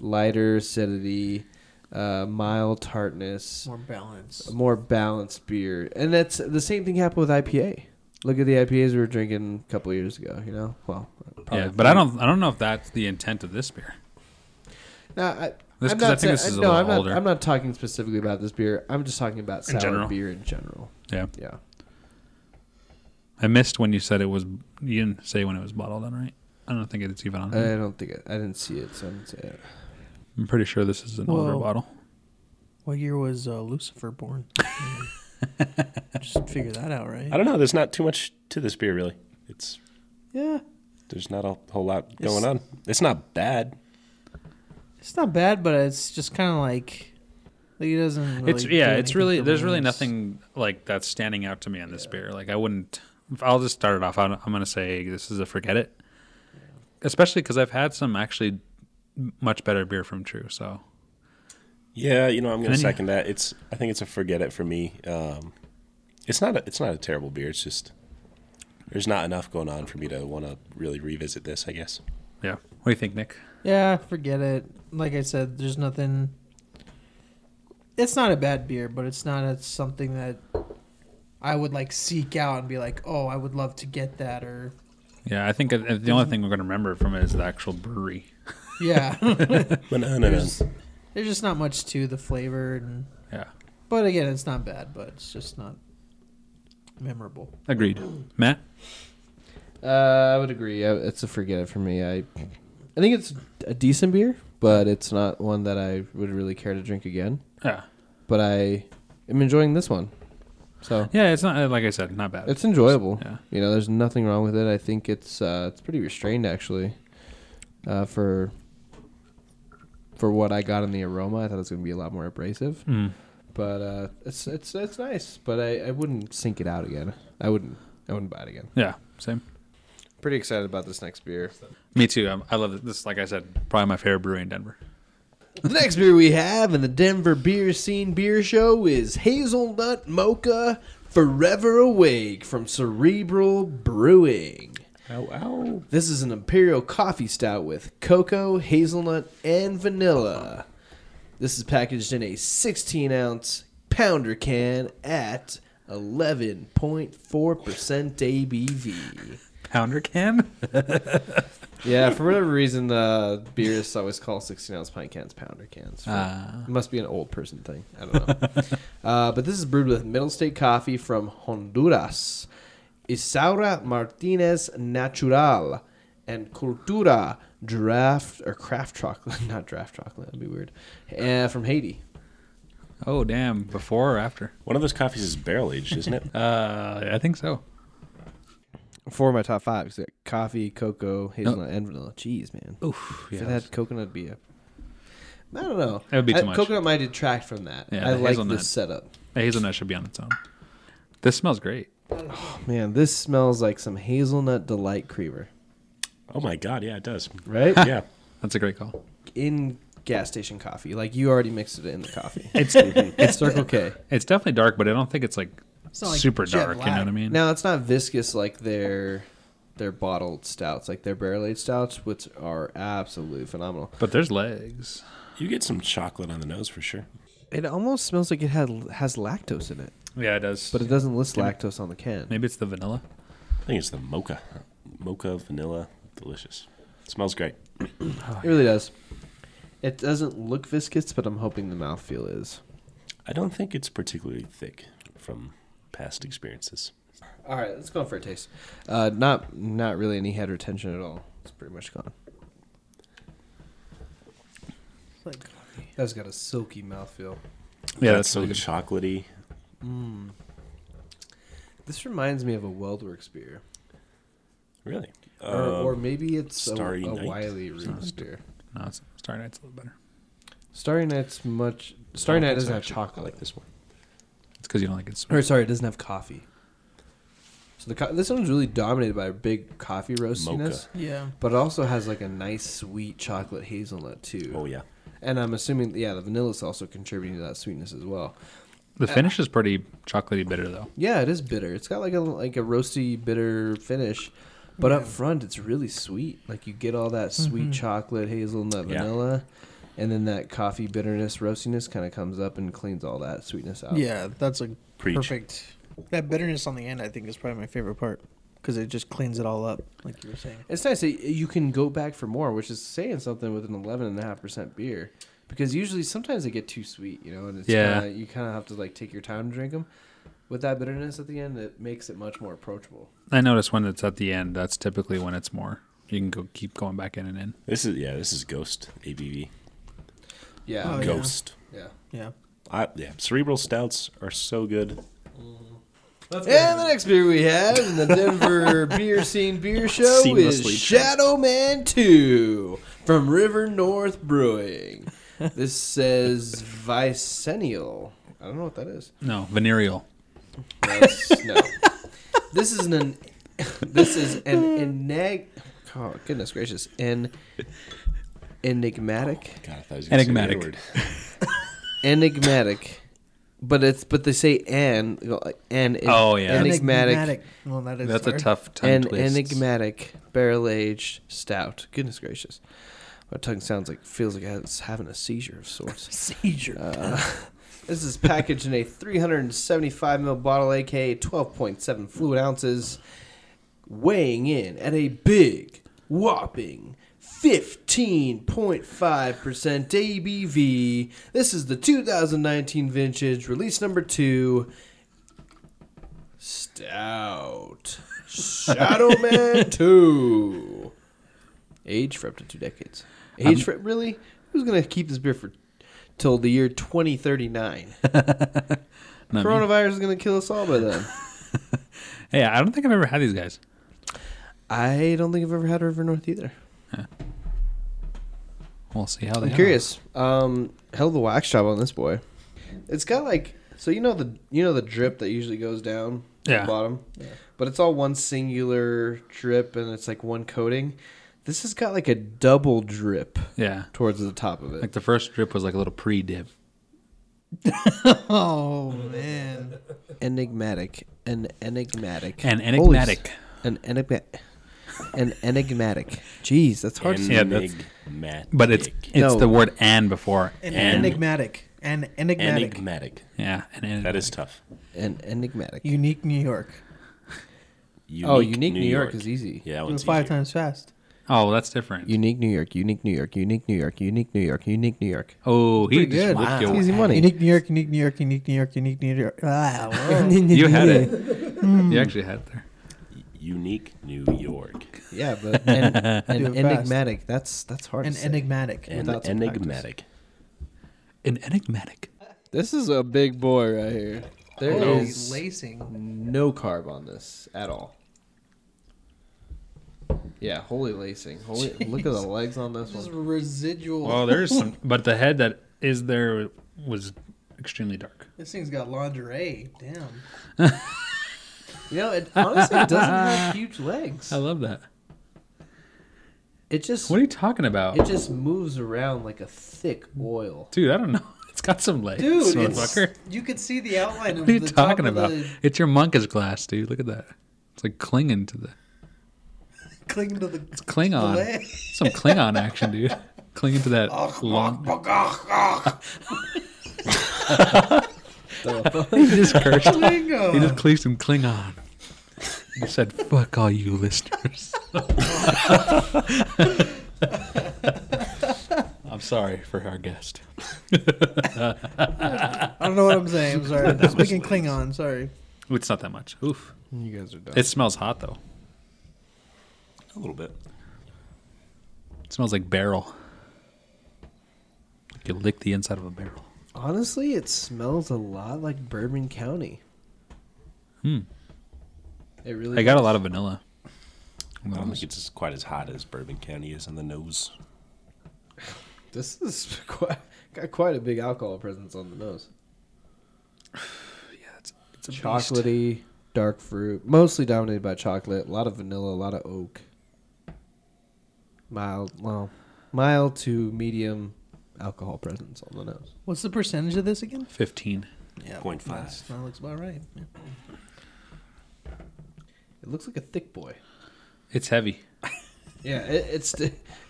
[SPEAKER 4] lighter acidity, uh, mild tartness,
[SPEAKER 1] More balance.
[SPEAKER 4] a more balanced beer, and that's the same thing happened with IPA. Look at the IPAs we were drinking a couple of years ago. You know, well, probably
[SPEAKER 3] yeah, but I don't. I don't know if that's the intent of this beer.
[SPEAKER 4] No, I,
[SPEAKER 3] This-
[SPEAKER 4] I'm
[SPEAKER 3] 'cause I
[SPEAKER 4] not.
[SPEAKER 3] think
[SPEAKER 4] sa-
[SPEAKER 3] this is a
[SPEAKER 4] no,
[SPEAKER 3] little
[SPEAKER 4] I'm not,
[SPEAKER 3] older.
[SPEAKER 4] I'm not talking specifically about this beer. I'm just talking about sour
[SPEAKER 3] general.
[SPEAKER 4] beer in general.
[SPEAKER 3] Yeah,
[SPEAKER 4] Yeah.
[SPEAKER 3] I missed when you said it was. You didn't say when it was bottled on, right? I don't think it's even on.
[SPEAKER 4] I
[SPEAKER 3] here.
[SPEAKER 4] don't think it, I didn't see it, so I didn't say it.
[SPEAKER 3] I'm pretty sure this is an older
[SPEAKER 1] Well-
[SPEAKER 3] bottle.
[SPEAKER 1] What year was uh, Lucifer [laughs] born? Just figure that out, right?
[SPEAKER 2] I don't know. There's not too much to this beer, really. It's
[SPEAKER 1] Yeah,
[SPEAKER 2] there's not a whole lot
[SPEAKER 1] It's-
[SPEAKER 2] going on. It's not bad.
[SPEAKER 1] it's not bad, but it's just kind of like, like it doesn't. Really
[SPEAKER 3] it's
[SPEAKER 1] do
[SPEAKER 3] yeah. It's
[SPEAKER 1] anything
[SPEAKER 3] really
[SPEAKER 1] for
[SPEAKER 3] there's
[SPEAKER 1] me.
[SPEAKER 3] really
[SPEAKER 1] It's-
[SPEAKER 3] nothing like that's standing out to me on this beer. Like I wouldn't. I'll just start it off. I'm, I'm gonna say this is a forget it. Especially because I've had some actually m- much better beer from True. So
[SPEAKER 2] Yeah, you know, I'm
[SPEAKER 3] And
[SPEAKER 2] gonna
[SPEAKER 3] then you-
[SPEAKER 2] second that. It's I think it's a forget it for me. Um, it's not a it's not a terrible beer. It's just there's not enough going on for me to want to really revisit this. I
[SPEAKER 3] [laughs]
[SPEAKER 2] guess.
[SPEAKER 3] yeah. What do you think, Nick?
[SPEAKER 1] Yeah, forget it. Like I said, there's nothing. It's not a bad beer, but it's not a, something that I would like seek out and be like, oh, I would love to get that or
[SPEAKER 3] Yeah, I think uh, the only thing we're gonna remember from it is the actual brewery.
[SPEAKER 1] yeah. [laughs]
[SPEAKER 2] Banana.
[SPEAKER 1] there's, there's just not much to the flavor, and
[SPEAKER 3] Yeah.
[SPEAKER 1] but again, it's not bad, but it's just not memorable.
[SPEAKER 3] Agreed. Matt?
[SPEAKER 4] Uh, I would agree. I, it's a forget it for me. I, I think it's a decent beer, but it's not one that I would really care to drink again.
[SPEAKER 3] Yeah.
[SPEAKER 4] But I am enjoying this one, so
[SPEAKER 3] Yeah, it's not uh, like I said, not bad.
[SPEAKER 4] it's enjoyable.
[SPEAKER 3] Yeah.
[SPEAKER 4] You know, there's nothing wrong with it. I think it's uh, it's pretty restrained actually, uh, for for what I got in the aroma. I thought it was gonna be a lot more abrasive,
[SPEAKER 3] Mm.
[SPEAKER 4] but uh, it's it's it's nice. But I, I wouldn't sink it out again. I wouldn't I wouldn't buy it again.
[SPEAKER 3] Yeah, same.
[SPEAKER 4] Pretty excited about this next beer.
[SPEAKER 3] Me too. Um, I love it. this. Like I said, probably my favorite brewery in Denver.
[SPEAKER 4] The next beer we have in the Denver Beer Scene Beer Show is Hazelnut Mocha Forever Awake from Cerebral Brewing.
[SPEAKER 2] Ow, ow.
[SPEAKER 4] This is an imperial coffee stout with cocoa, hazelnut, and vanilla. This is packaged in a 16 ounce pounder can at 11.4% ABV.
[SPEAKER 3] Pounder can?
[SPEAKER 4] Yeah, for whatever reason, the beers always call 16 ounce pint cans pounder cans. For-
[SPEAKER 3] Ah.
[SPEAKER 4] It must be an old person thing.
[SPEAKER 3] [laughs]
[SPEAKER 4] I don't know. uh, but this is brewed with Middle State coffee from Honduras, Isaura Martinez Natural, and Cultura Draft or Craft Chocolate, [laughs] not Draft Chocolate. That'd be weird. Uh, from Haiti.
[SPEAKER 3] [laughs] Oh damn! Before or after?
[SPEAKER 2] One of those coffees is barrel aged, isn't
[SPEAKER 3] [laughs]
[SPEAKER 2] it?
[SPEAKER 3] Uh, I think so.
[SPEAKER 4] Four of my top five. 'cause I got coffee, cocoa, hazelnut, and vanilla. Jeez, man.
[SPEAKER 3] Oh. Oof.
[SPEAKER 4] If
[SPEAKER 3] Yeah.
[SPEAKER 4] it had coconut, it'd be a. I don't know.
[SPEAKER 3] That would be
[SPEAKER 4] I-
[SPEAKER 3] too much.
[SPEAKER 4] Coconut might detract from that.
[SPEAKER 3] Yeah,
[SPEAKER 4] I
[SPEAKER 3] the
[SPEAKER 4] like
[SPEAKER 3] hazelnut.
[SPEAKER 4] this setup.
[SPEAKER 3] A hazelnut should be on its own. This smells great.
[SPEAKER 4] Man, this smells like some hazelnut delight creamer,
[SPEAKER 2] oh my god, yeah, it does.
[SPEAKER 3] [laughs]
[SPEAKER 4] right?
[SPEAKER 2] yeah,
[SPEAKER 3] That's a great call.
[SPEAKER 4] in gas station coffee. Like you already mixed it in the coffee.
[SPEAKER 3] [laughs] It's
[SPEAKER 4] [laughs] it's Circle K.
[SPEAKER 3] it's definitely dark, but [laughs] I don't think it's like
[SPEAKER 1] It's not like
[SPEAKER 3] super
[SPEAKER 1] jet
[SPEAKER 3] dark. You know what I
[SPEAKER 1] black.
[SPEAKER 3] mean?
[SPEAKER 4] Now it's not viscous like their their bottled stouts, like their barrel aged stouts, which are absolutely phenomenal.
[SPEAKER 3] But there's legs.
[SPEAKER 2] you get some chocolate on the nose for sure.
[SPEAKER 4] It almost smells like it had has lactose in it,
[SPEAKER 3] Yeah, it does.
[SPEAKER 4] but it doesn't list lactose on the can.
[SPEAKER 3] maybe it's the vanilla.
[SPEAKER 2] I think it's the mocha, mocha vanilla, delicious. smells great.
[SPEAKER 4] It really does. It doesn't look viscous, but I'm hoping the mouthfeel is.
[SPEAKER 2] I don't think it's particularly thick from past experiences.
[SPEAKER 4] All right, let's go for a taste. Uh, not not really any head retention at all. It's pretty much gone.
[SPEAKER 1] It's like coffee.
[SPEAKER 4] That's got a silky mouthfeel.
[SPEAKER 2] Got
[SPEAKER 3] Yeah, that's
[SPEAKER 2] some
[SPEAKER 3] really good.
[SPEAKER 2] chocolatey.
[SPEAKER 4] This reminds me of a Weldworks beer.
[SPEAKER 2] Really? Um,
[SPEAKER 4] or, or maybe it's a,
[SPEAKER 2] Uh, Starry
[SPEAKER 4] a
[SPEAKER 2] Night.
[SPEAKER 4] Wiley Rubin beer.
[SPEAKER 3] No, it's Starry Night's a little better.
[SPEAKER 4] Starry Night's much. Starry Night doesn't have
[SPEAKER 2] Actually, oh, I
[SPEAKER 4] chocolate.
[SPEAKER 2] like this one.
[SPEAKER 3] It's because you don't like it sweet.
[SPEAKER 4] Or sorry, it doesn't have coffee. So the co- this one's really dominated by a big coffee roastiness,
[SPEAKER 1] Yeah.
[SPEAKER 4] but it also has like a nice sweet chocolate hazelnut too.
[SPEAKER 2] Oh yeah.
[SPEAKER 4] And I'm assuming yeah, the vanilla is also contributing to that sweetness as well.
[SPEAKER 3] The finish is pretty chocolatey bitter though.
[SPEAKER 4] Yeah, it is bitter. It's got like a like a roasty bitter finish, but up front it's really sweet. Like you get all that sweet chocolate, hazelnut,
[SPEAKER 2] Yeah.
[SPEAKER 4] vanilla, and then that coffee bitterness, roastiness kind of comes up and cleans all that sweetness out.
[SPEAKER 1] Yeah, that's a
[SPEAKER 2] Preach.
[SPEAKER 1] perfect. That bitterness on the end, I think, is probably my favorite part because it just cleans it all up, like you were saying.
[SPEAKER 4] It's nice that you can go back for more, which is saying something with an eleven and a half percent beer, because usually sometimes they get too sweet, you know, and it's
[SPEAKER 3] Yeah.
[SPEAKER 4] kinda, you kind of have to like take your time to drink them. With that bitterness at the end, it makes it much more approachable.
[SPEAKER 3] I notice when it's at the end, that's typically when it's more. You can go keep going back in and in.
[SPEAKER 2] This is yeah. This is Ghost ABV.
[SPEAKER 4] Yeah,
[SPEAKER 1] Oh, yeah.
[SPEAKER 2] Ghost.
[SPEAKER 4] yeah.
[SPEAKER 1] Yeah.
[SPEAKER 2] I, yeah. Cerebral stouts are so good.
[SPEAKER 4] And the next beer we have in the Denver Beer Scene Beer Show is
[SPEAKER 2] Seamlessly
[SPEAKER 4] Shadow Man 2 from River North Brewing. This says Vicennial. I don't know what that is.
[SPEAKER 3] No, venereal.
[SPEAKER 4] That's, no. This is an this is an enag oh goodness gracious an enigmatic
[SPEAKER 2] God, I thought I was gonna say the
[SPEAKER 3] Enigmatic.
[SPEAKER 2] A word.
[SPEAKER 4] enigmatic but it's but they say an an
[SPEAKER 3] Oh, yeah.
[SPEAKER 4] enigmatic
[SPEAKER 1] Well, that is
[SPEAKER 3] That's a
[SPEAKER 1] hard.
[SPEAKER 3] tough tongue
[SPEAKER 4] an
[SPEAKER 3] twist.
[SPEAKER 4] enigmatic barrel aged stout. Goodness gracious, my tongue sounds like feels like it's having a seizure of sorts.
[SPEAKER 1] seizure.
[SPEAKER 4] Uh, [laughs] this is packaged in a 375 ml bottle, aka 12.7 fluid ounces, weighing in at a big, whopping 15.5% ABV. This is the 2019 vintage, release number two. Stout. Shadow Man 2. Age for up to two decades. Age for really? Who's gonna keep this beer for till the year 2039?
[SPEAKER 3] Not me.
[SPEAKER 4] Coronavirus is gonna kill us all by then.
[SPEAKER 3] Hey, I don't think I've ever had these guys.
[SPEAKER 4] I don't think I've ever had River North either.
[SPEAKER 3] We'll see how they.
[SPEAKER 4] I'm
[SPEAKER 3] are.
[SPEAKER 4] curious. Um, hell of a wax job on this boy. It's got like so you know the you know the drip that usually goes down
[SPEAKER 3] Yeah.
[SPEAKER 4] the bottom, but it's all one singular drip and it's like one coating. This has got like a double drip
[SPEAKER 3] Yeah,
[SPEAKER 4] towards the top of it.
[SPEAKER 3] like the first drip was like a little pre-dip.
[SPEAKER 1] [laughs] oh man.
[SPEAKER 4] enigmatic, an enigmatic,
[SPEAKER 3] An
[SPEAKER 4] Holy
[SPEAKER 3] enigmatic.
[SPEAKER 4] s- an enigmatic, an enigmatic. Jeez, that's hard. to
[SPEAKER 3] Yeah, that's-
[SPEAKER 2] Enigmatic.
[SPEAKER 3] But it's it's
[SPEAKER 4] No.
[SPEAKER 3] the word "and" before
[SPEAKER 1] An
[SPEAKER 3] "and."
[SPEAKER 1] enigmatic. An enigmatic.
[SPEAKER 2] enigmatic.
[SPEAKER 3] Yeah, an enigmatic.
[SPEAKER 2] That is tough.
[SPEAKER 4] An enigmatic.
[SPEAKER 1] Unique New York.
[SPEAKER 2] Unique
[SPEAKER 4] oh, unique New, York, is easy.
[SPEAKER 2] Yeah, that
[SPEAKER 1] Do it
[SPEAKER 2] one's
[SPEAKER 1] five
[SPEAKER 2] easier.
[SPEAKER 1] times fast.
[SPEAKER 3] Oh, that's different.
[SPEAKER 4] Unique New York. Unique New York. Unique New York. Unique New York. Unique New York.
[SPEAKER 3] oh, he
[SPEAKER 1] Pretty
[SPEAKER 3] just
[SPEAKER 1] good.
[SPEAKER 3] whipped
[SPEAKER 1] Wow.
[SPEAKER 3] your
[SPEAKER 4] It's easy money.
[SPEAKER 1] Unique New York. Unique New York. Unique New York. Unique New York. Ah, whoa.
[SPEAKER 3] You had it. [laughs] you actually had it there.
[SPEAKER 2] Unique New York.
[SPEAKER 4] Yeah, but [laughs] an, an
[SPEAKER 1] Do it fast.
[SPEAKER 4] enigmatic. That's that's hard.
[SPEAKER 1] An
[SPEAKER 4] to say.
[SPEAKER 1] enigmatic.
[SPEAKER 2] And
[SPEAKER 4] Without some
[SPEAKER 2] enigmatic.
[SPEAKER 3] An enigmatic.
[SPEAKER 4] This is a big boy right here. There is
[SPEAKER 1] Holy lacing.
[SPEAKER 4] no carb on this at all. Yeah, holy lacing. Holy, look at the legs on this
[SPEAKER 1] This is
[SPEAKER 4] one.
[SPEAKER 1] residual.
[SPEAKER 3] Well, there's some, [laughs] but the head that is there was extremely dark.
[SPEAKER 1] This thing's got lingerie. Damn.
[SPEAKER 4] You know, it [laughs] honestly doesn't have huge legs.
[SPEAKER 3] I love that.
[SPEAKER 4] It just
[SPEAKER 3] What are you talking about,
[SPEAKER 4] it just moves around like a thick oil.
[SPEAKER 3] dude? I don't know. [laughs] It's got some legs,
[SPEAKER 1] Dude, it's,
[SPEAKER 3] motherfucker.
[SPEAKER 1] you could see the outline of
[SPEAKER 3] [laughs] What are you
[SPEAKER 1] the top
[SPEAKER 3] talking
[SPEAKER 1] of
[SPEAKER 3] about?
[SPEAKER 1] the
[SPEAKER 3] It's your monk's glass, dude. Look at that. It's like clinging to the.
[SPEAKER 1] clinging to the
[SPEAKER 3] It's Klingon.
[SPEAKER 1] leg.
[SPEAKER 3] Some Klingon action, dude. Clinging to that long. [laughs] He just cursed.
[SPEAKER 1] Klingon.
[SPEAKER 3] He [laughs] just cleaved some Klingon. He said, "Fuck all you listeners." I'm sorry for our guest.
[SPEAKER 1] I don't know what I'm saying. I'm sorry.
[SPEAKER 3] [laughs]
[SPEAKER 1] I'm Speaking Klingon. Sorry.
[SPEAKER 3] It's not that much. Oof.
[SPEAKER 4] You guys are dumb.
[SPEAKER 3] It smells hot though.
[SPEAKER 2] A little bit.
[SPEAKER 3] It smells like barrel. Like you lick the inside of a barrel.
[SPEAKER 4] Honestly, it smells a lot like Bourbon County.
[SPEAKER 3] Hmm.
[SPEAKER 4] It really.
[SPEAKER 3] I got a lot of vanilla.
[SPEAKER 2] I don't think it's as- quite as hot as Bourbon County is on the nose.
[SPEAKER 4] This is [laughs] quite, got quite a big alcohol presence on the nose.
[SPEAKER 3] [sighs] Yeah, it's, it's a beast.
[SPEAKER 4] Chocolatey, dark fruit, mostly dominated by chocolate. A lot of vanilla, a lot of oak. Mild, well, mild to medium alcohol presence on the nose.
[SPEAKER 1] What's the percentage of this again?
[SPEAKER 3] Fifteen.
[SPEAKER 1] Yeah,
[SPEAKER 2] Point
[SPEAKER 1] that's- That looks about right. Yeah.
[SPEAKER 4] It looks like a thick boy.
[SPEAKER 3] It's heavy.
[SPEAKER 4] Yeah, it, it's [laughs]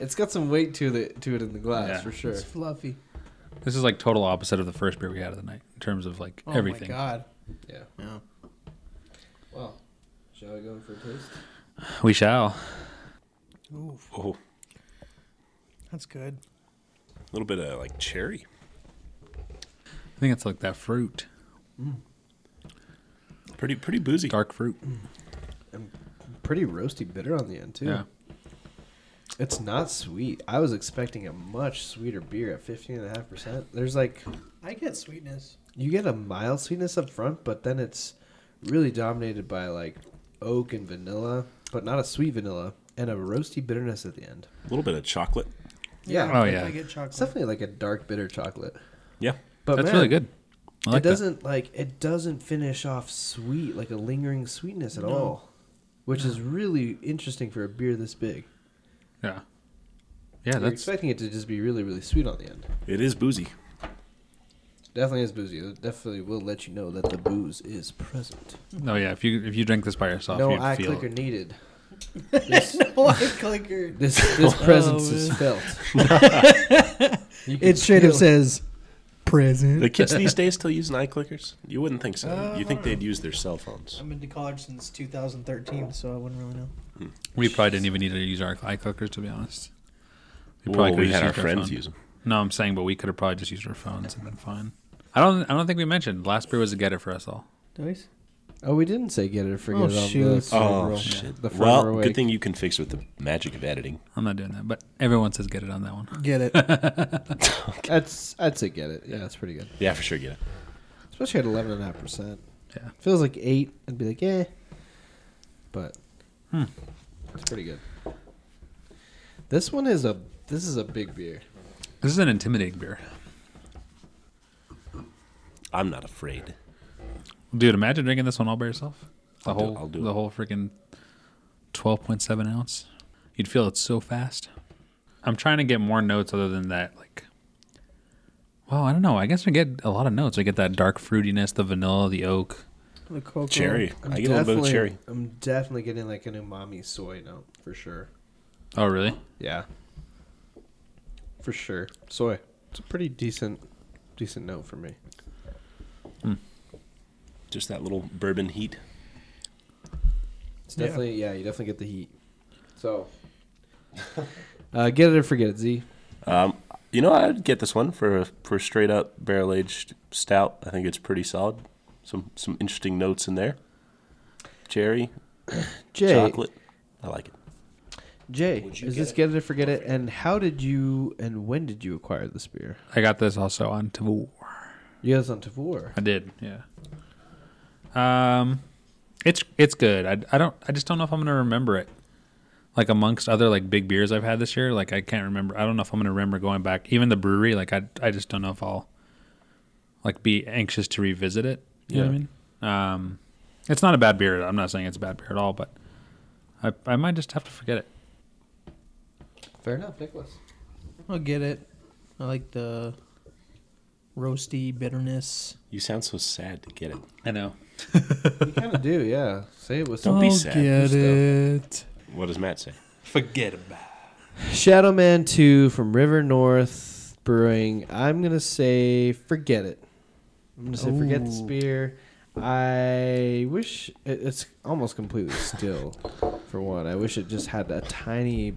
[SPEAKER 4] it's got some weight to the to it in the glass
[SPEAKER 3] Yeah.
[SPEAKER 4] for sure.
[SPEAKER 1] It's fluffy.
[SPEAKER 3] This is like total opposite of the first beer we had of the night in terms of like
[SPEAKER 1] Oh
[SPEAKER 3] everything.
[SPEAKER 1] my god.
[SPEAKER 4] Yeah.
[SPEAKER 1] Yeah.
[SPEAKER 4] Well, shall we go in for a taste?
[SPEAKER 3] We shall.
[SPEAKER 1] Oof,
[SPEAKER 2] Oh,
[SPEAKER 1] that's good.
[SPEAKER 2] a little bit of like cherry.
[SPEAKER 3] I think it's like that fruit,
[SPEAKER 2] Pretty pretty boozy.
[SPEAKER 3] dark fruit.
[SPEAKER 4] Pretty roasty, bitter on the end too.
[SPEAKER 3] Yeah.
[SPEAKER 4] It's not sweet. I was expecting a much sweeter beer at fifteen and a half percent. There's like
[SPEAKER 1] I get sweetness.
[SPEAKER 4] you get a mild sweetness up front, but then it's really dominated by like oak and vanilla, but not a sweet vanilla, and a roasty bitterness at the end.
[SPEAKER 2] A little bit of chocolate.
[SPEAKER 4] Yeah.
[SPEAKER 3] Oh,
[SPEAKER 1] I
[SPEAKER 3] yeah.
[SPEAKER 1] get chocolate. [laughs]
[SPEAKER 4] It's definitely like a dark bitter chocolate.
[SPEAKER 2] Yeah.
[SPEAKER 4] But
[SPEAKER 3] That's
[SPEAKER 4] man,
[SPEAKER 3] really good. I like
[SPEAKER 4] it doesn't like it doesn't finish off sweet, like a lingering sweetness at
[SPEAKER 1] No.
[SPEAKER 4] all, which is really interesting for a beer this big.
[SPEAKER 3] that. Yeah. Yeah,
[SPEAKER 4] You're
[SPEAKER 3] that's
[SPEAKER 4] expecting it to just be really, really sweet on the end.
[SPEAKER 2] It is boozy.
[SPEAKER 4] Definitely is boozy. It definitely will let you know that the booze is present.
[SPEAKER 3] no, yeah. If you if you drink this by yourself,
[SPEAKER 4] no
[SPEAKER 3] you'd
[SPEAKER 4] eye
[SPEAKER 3] feel
[SPEAKER 4] clicker
[SPEAKER 1] [laughs]
[SPEAKER 3] it.
[SPEAKER 4] needed. This
[SPEAKER 1] no, I
[SPEAKER 3] [laughs]
[SPEAKER 1] clicker.
[SPEAKER 4] this, this presence
[SPEAKER 1] Oh,
[SPEAKER 4] is
[SPEAKER 1] man.
[SPEAKER 4] felt.
[SPEAKER 1] [laughs]
[SPEAKER 4] You can
[SPEAKER 1] It straight up
[SPEAKER 4] feel
[SPEAKER 1] says present.
[SPEAKER 2] The kids these days still using eye clickers? You wouldn't think so. you think they'd use their cell phones.
[SPEAKER 1] I've been to college since 2013, so I wouldn't really know.
[SPEAKER 3] We probably didn't even need to use our eye clickers to be honest. We
[SPEAKER 2] Well,
[SPEAKER 3] could've
[SPEAKER 2] we had
[SPEAKER 3] just
[SPEAKER 2] our
[SPEAKER 3] used
[SPEAKER 2] friends
[SPEAKER 3] phone.
[SPEAKER 2] use them.
[SPEAKER 3] No, I'm saying, but we could have probably just used our phones and been fine. I don't. I don't think we mentioned last beer was a getter for us all.
[SPEAKER 1] Dice?
[SPEAKER 4] Oh, we didn't say get it or forget
[SPEAKER 1] Oh,
[SPEAKER 4] it on the
[SPEAKER 1] shoot.
[SPEAKER 4] front
[SPEAKER 2] Oh,
[SPEAKER 4] roll. The front
[SPEAKER 2] well,
[SPEAKER 4] row
[SPEAKER 2] good
[SPEAKER 4] wake.
[SPEAKER 2] thing you can fix with the magic of editing.
[SPEAKER 3] I'm not doing that, but everyone says get it on that one.
[SPEAKER 1] Get
[SPEAKER 3] [laughs]
[SPEAKER 1] it.
[SPEAKER 4] That's I'd say get it. Yeah, that's pretty good.
[SPEAKER 2] Yeah, for sure. Get it.
[SPEAKER 4] Especially at eleven and a half percent.
[SPEAKER 3] Yeah.
[SPEAKER 4] Feels like eight, I'd be like, eh. But
[SPEAKER 2] Hmm.
[SPEAKER 4] it's pretty good. This one is a this is a big beer.
[SPEAKER 3] This is an intimidating beer,
[SPEAKER 2] I'm not afraid.
[SPEAKER 3] dude. Imagine drinking this one all by yourself. The
[SPEAKER 2] I'll do-
[SPEAKER 3] whole,
[SPEAKER 2] I'll do
[SPEAKER 3] the
[SPEAKER 2] it.
[SPEAKER 3] whole freaking twelve point seven ounce. You'd feel it so fast. I'm trying to get more notes other than that. Like, well, I don't know. I guess I get a lot of notes. I get that dark fruitiness, the vanilla, the oak.
[SPEAKER 1] the cocoa.
[SPEAKER 2] Cherry. I get a little bit of
[SPEAKER 4] definitely-
[SPEAKER 2] cherry.
[SPEAKER 4] I'm definitely getting like an umami soy note for sure.
[SPEAKER 3] Oh, really?
[SPEAKER 4] Yeah. For sure. Soy. It's a pretty decent decent note for me.
[SPEAKER 2] Just that little bourbon heat.
[SPEAKER 4] It's
[SPEAKER 1] Yeah.
[SPEAKER 4] definitely yeah, you definitely get the heat. [laughs] So uh, get it or forget it, Z.
[SPEAKER 2] Um, you know, I'd get this one for a, for a straight up barrel aged stout. I think it's pretty solid. Some some interesting notes in there. Cherry,
[SPEAKER 4] Jay,
[SPEAKER 2] chocolate. I like it.
[SPEAKER 4] Jay,
[SPEAKER 2] Would you
[SPEAKER 4] is
[SPEAKER 2] get
[SPEAKER 4] this
[SPEAKER 2] it?
[SPEAKER 4] get it or forget it? And how did you and when did you acquire this beer?
[SPEAKER 3] I got this also on Tavor.
[SPEAKER 4] You guys on Tavor.
[SPEAKER 3] I did, yeah. Um, it's it's good. I, I don't I just don't know if I'm gonna remember it. Like amongst other like big beers I've had this year, like I can't remember. I don't know if I'm gonna remember going back. Even the brewery, like I I just don't know if I'll like be anxious to revisit it. You know what I mean? Um, it's not a bad beer. I'm not saying it's a bad beer at all, but I I might just have to forget it.
[SPEAKER 4] Fair enough, Nicholas.
[SPEAKER 1] I'll get it. I like the roasty bitterness.
[SPEAKER 2] You sound so sad to get it.
[SPEAKER 3] I know.
[SPEAKER 4] You kind of do, yeah. Say it with
[SPEAKER 2] Don't
[SPEAKER 4] some.
[SPEAKER 2] be sad.
[SPEAKER 1] Get it.
[SPEAKER 2] What does Matt say?
[SPEAKER 3] Forget about. it.
[SPEAKER 4] Shadow Man 2 from River North Brewing. I'm going to say forget it. I'm going to say forget this
[SPEAKER 1] Ooh.
[SPEAKER 4] beer. I wish it, it's almost completely still, for one. I wish it just had a tiny,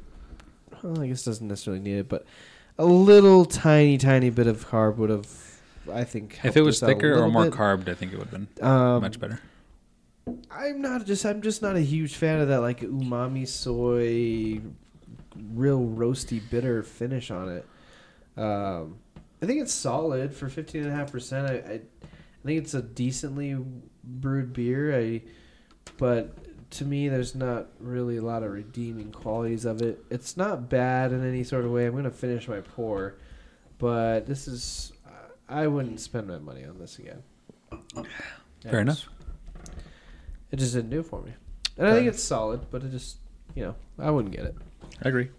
[SPEAKER 4] well, I guess it doesn't necessarily need it, but a little tiny, tiny bit of carb would have, I think,
[SPEAKER 3] If
[SPEAKER 4] helped
[SPEAKER 3] it was
[SPEAKER 4] us out a
[SPEAKER 3] thicker or
[SPEAKER 4] little
[SPEAKER 3] more
[SPEAKER 4] bit.
[SPEAKER 3] carbed, I think it would have been
[SPEAKER 4] Um,
[SPEAKER 3] much better.
[SPEAKER 4] I'm not just I'm just not a huge fan of that like umami soy real roasty bitter finish on it. Um, I think it's solid for 15.5%. I, I I think it's a decently brewed beer. I but to me there's not really a lot of redeeming qualities of it. It's not bad in any sort of way. I'm going to finish my pour. But this is, I wouldn't spend my money on this again.
[SPEAKER 3] Fair enough.
[SPEAKER 4] It just didn't do it for me. And I think it's solid, but it just, you know, I wouldn't get it.
[SPEAKER 3] I agree.